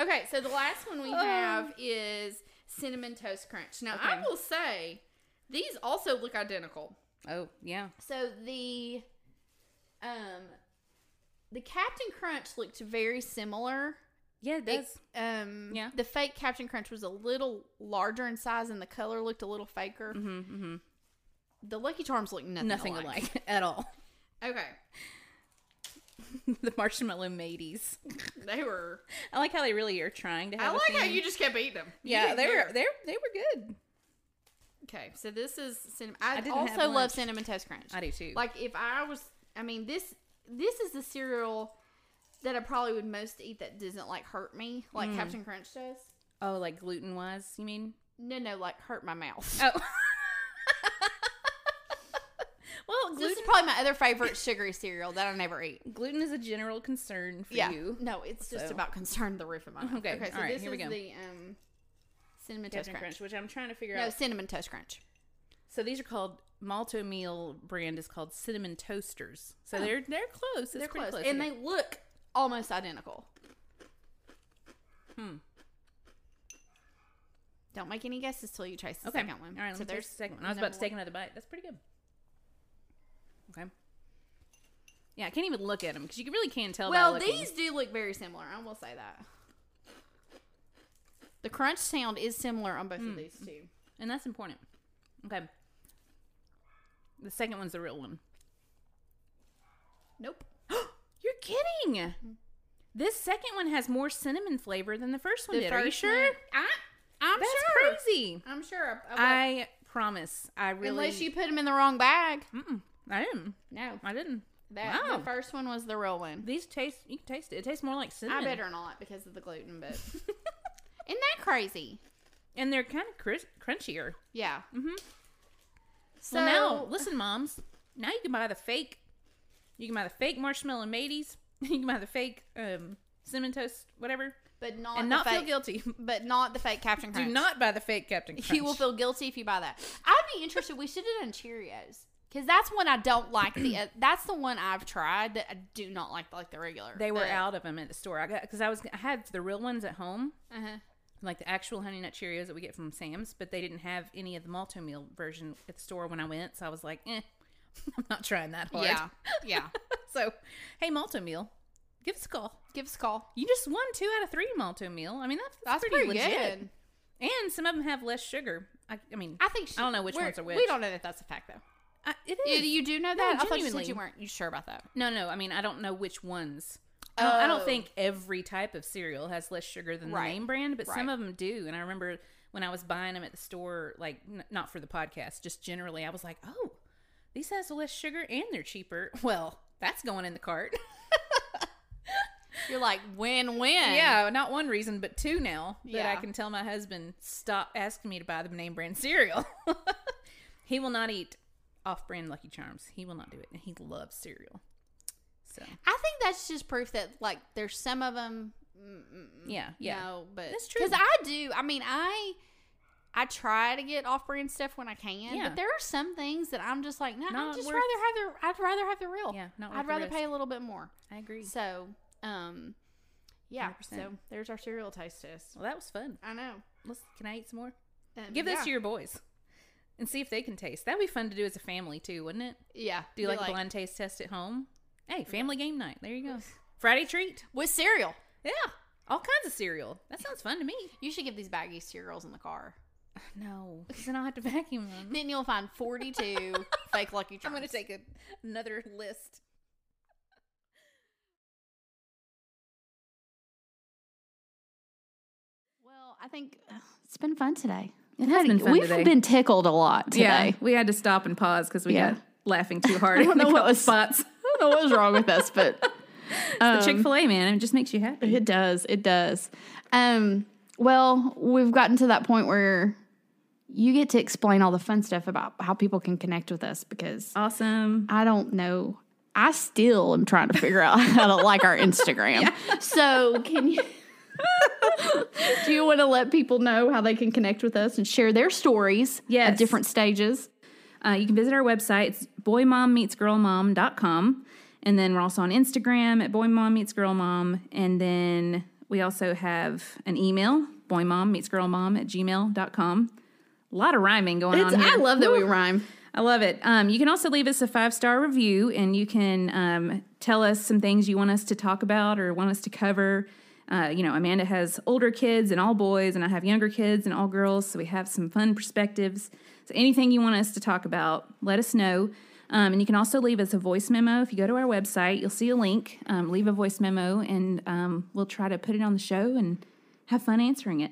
Okay, so the last one
Oh.
we have is cinnamon toast crunch. Now I
Okay.
will say these also look identical.
Oh yeah,
So the um the Captain Crunch looked very similar.
yeah, it
They-
does.
um
Yeah.
the fake Captain Crunch was a little larger in size and the color looked a little faker.
Mm-hmm, mm-hmm.
The Lucky Charms look nothing,
Nothing
alike.
alike at all.
Okay.
the marshmallow mateys.
They were
I like how they really are trying to
I
have. a
like how
theme.
you just kept eating them. You
Yeah,
didn't
they
care.
were they they were good.
Okay, so this is cinnamon. I,
I didn't have
also love
lunch.
cinnamon toast crunch.
I do too.
Like if I was, I mean this this is the cereal that I probably would most eat that doesn't like hurt me
Mm.
like Captain Crunch does.
oh, like gluten wise, you mean?
No, no, like hurt my mouth.
Oh. well,
This
gluten
is probably my other favorite sugary cereal that I never eat.
gluten is a general concern for
yeah,
you.
no, it's just
So-
about concern the roof of my mouth.
Okay,
okay, so
all right,
this
here we
is
go.
the um cinnamon toast
Captain
crunch.
Crunch, which I'm trying to figure
No,
out.
cinnamon toast crunch.
So these are called Malto Meal brand is called Cinnamon Toasters. So they're they're close. It's
Oh. They're close,
pretty close.
and
together.
they look almost identical.
Hmm.
Don't make any guesses till you taste the
okay.
second one.
All right,
so
so there's
there's
the second one. I was
number
about to take another bite. That's pretty good. Okay. Yeah, I can't even look at them because you really can tell. by
Well,
looking.
these do look very similar. I will say that. The crunch sound is similar on both
Hmm.
of these two.
And that's important. Okay. The second one's the real one.
Nope.
You're kidding.
Mm-hmm.
This second one has more cinnamon flavor than the first one
The
did. Are you
first
sure?
one- I, I'm
That's
sure.
crazy.
I'm sure. I, I,
I promise. I really.
Unless you put them in the wrong bag.
Mm-mm, I didn't.
No.
I didn't.
That
Wow.
the first one was the real one.
These taste. You can taste it. It tastes more like
I
cinnamon.
better not because of the gluten, but isn't that crazy?
And they're kind of cris- crunchier.
Yeah.
Mhm.
So
well, now listen, moms. Now you can buy the fake. You can buy the fake marshmallow mateys. You can buy the fake um, cinnamon toast, whatever,
but not
and
the
not
fake,
feel guilty.
But not the fake Captain Crunch.
Do not buy the fake Captain Crunch.
You will feel guilty if you buy that. I'd be interested. We should have done Cheerios because that's one I don't like. The uh, that's the one I've tried that I do not like. Like the regular.
They were
the-
out of them at the store. I got because I was I had the real ones at home,
Uh-huh.
like the actual Honey Nut Cheerios that we get from Sam's, but they didn't have any of the Malto Meal version at the store when I went. So I was like, eh, I'm not trying that hard.
Yeah. Yeah.
so, hey, Malto Meal, give us a call.
Give us a call.
You just won two out of three Malto Meal. I mean, that's,
That's
pretty,
pretty,
legit.
good.
And some of them have less sugar. I, I mean,
I think. She,
I don't know which
we're-
ones are which.
We don't know that that's a fact though.
I, it
You,
is.
you do know that? I thought you
genuinely.
said you weren't. You sure about that?
no, no. I mean, I don't know which ones. I don't, I don't
Oh.
think every type of cereal has less sugar than
Right.
the name brand, but some
Right.
of them do. And I remember when I was buying them at the store, like n- not for the podcast, just generally, I was like, oh, these has less sugar and they're cheaper. Well, that's going in the cart.
You're like win win.
yeah, not one reason, but two now that I
Yeah.
can tell my husband stop asking me to buy the name brand cereal. he will not eat off-brand Lucky Charms. He will not do it, and he loves cereal. So
I think that's just proof that like there's some of them.
yeah, yeah.
No, but
That's true.
Because I do. I mean, I I try to get off-brand stuff when I can,
Yeah.
but there are some things that I'm just like, no,
Not
I'd just
worth-
rather have the. I'd rather have the real.
Yeah, not worth
Oh, I'd
the
rather
risk.
pay a little bit more.
I agree.
So, um, yeah.
100%.
So there's our cereal taste test.
Well, that was fun.
I know.
Let's, can I eat some more?
Um,
Give this
yeah.
to your boys and see if they can taste. That'd be fun to do as a family too, wouldn't it?
yeah.
Do you
Be
like, a blind taste test at home? Hey, family game night. There you go. Friday treat.
with cereal?
Yeah, all kinds of cereal. That sounds fun to me.
You should give these baggy cereals in the car.
No, because then I'll have to vacuum them.
Then you'll find 42 fake Lucky Charms.
I'm going to take a, another list.
Well, I think ugh, it's been fun today.
It has been fun
We've
today.
been tickled a lot today.
Yeah, we had to stop and pause because we
Yeah.
got laughing too hard. I
don't know what was-
spots. Um,
I don't know what was wrong with us, but
the Chick Fil A man, it just makes you happy.
it does. It does. Um, well, we've gotten to that point where you get to explain all the fun stuff about how people can connect with us because
Awesome.
I don't know. I still am trying to figure out how to like our Instagram. So, can you do you want to let people know how they can connect with us and share their stories
Yes.
at different stages?
Uh, you can visit our website. It's boymommeetsgirlmom.com. And then we're also on Instagram at boymommeetsgirlmom. And then we also have an email, boymommeetsgirlmom at gmail.com. A lot of rhyming going
It's,
on
I
here.
love that we rhyme.
I love it. Um, you can also leave us a five star review and you can um, tell us some things you want us to talk about or want us to cover. Uh, you know, Amanda has older kids and all boys, and I have younger kids and all girls, so we have some fun perspectives. So anything you want us to talk about, let us know. Um, and you can also leave us a voice memo. If you go to our website, you'll see a link. Um, leave a voice memo, and um, we'll try to put it on the show and have fun answering it.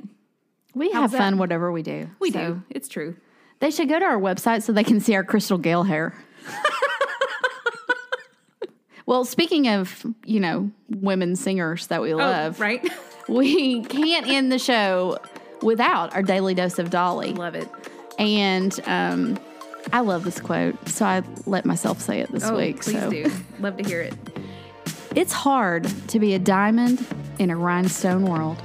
We have fun whatever we do. We
So it's true.
They should go to our website so they can see our crystal gale hair. well, speaking of, you know, women singers that we love,
Oh, right?
we can't end the show without our daily dose of Dolly.
love it.
And um, I love this quote, so I let myself say it this
Oh,
week.
please
so
do. Love to hear it.
it's hard to be a diamond in a rhinestone world.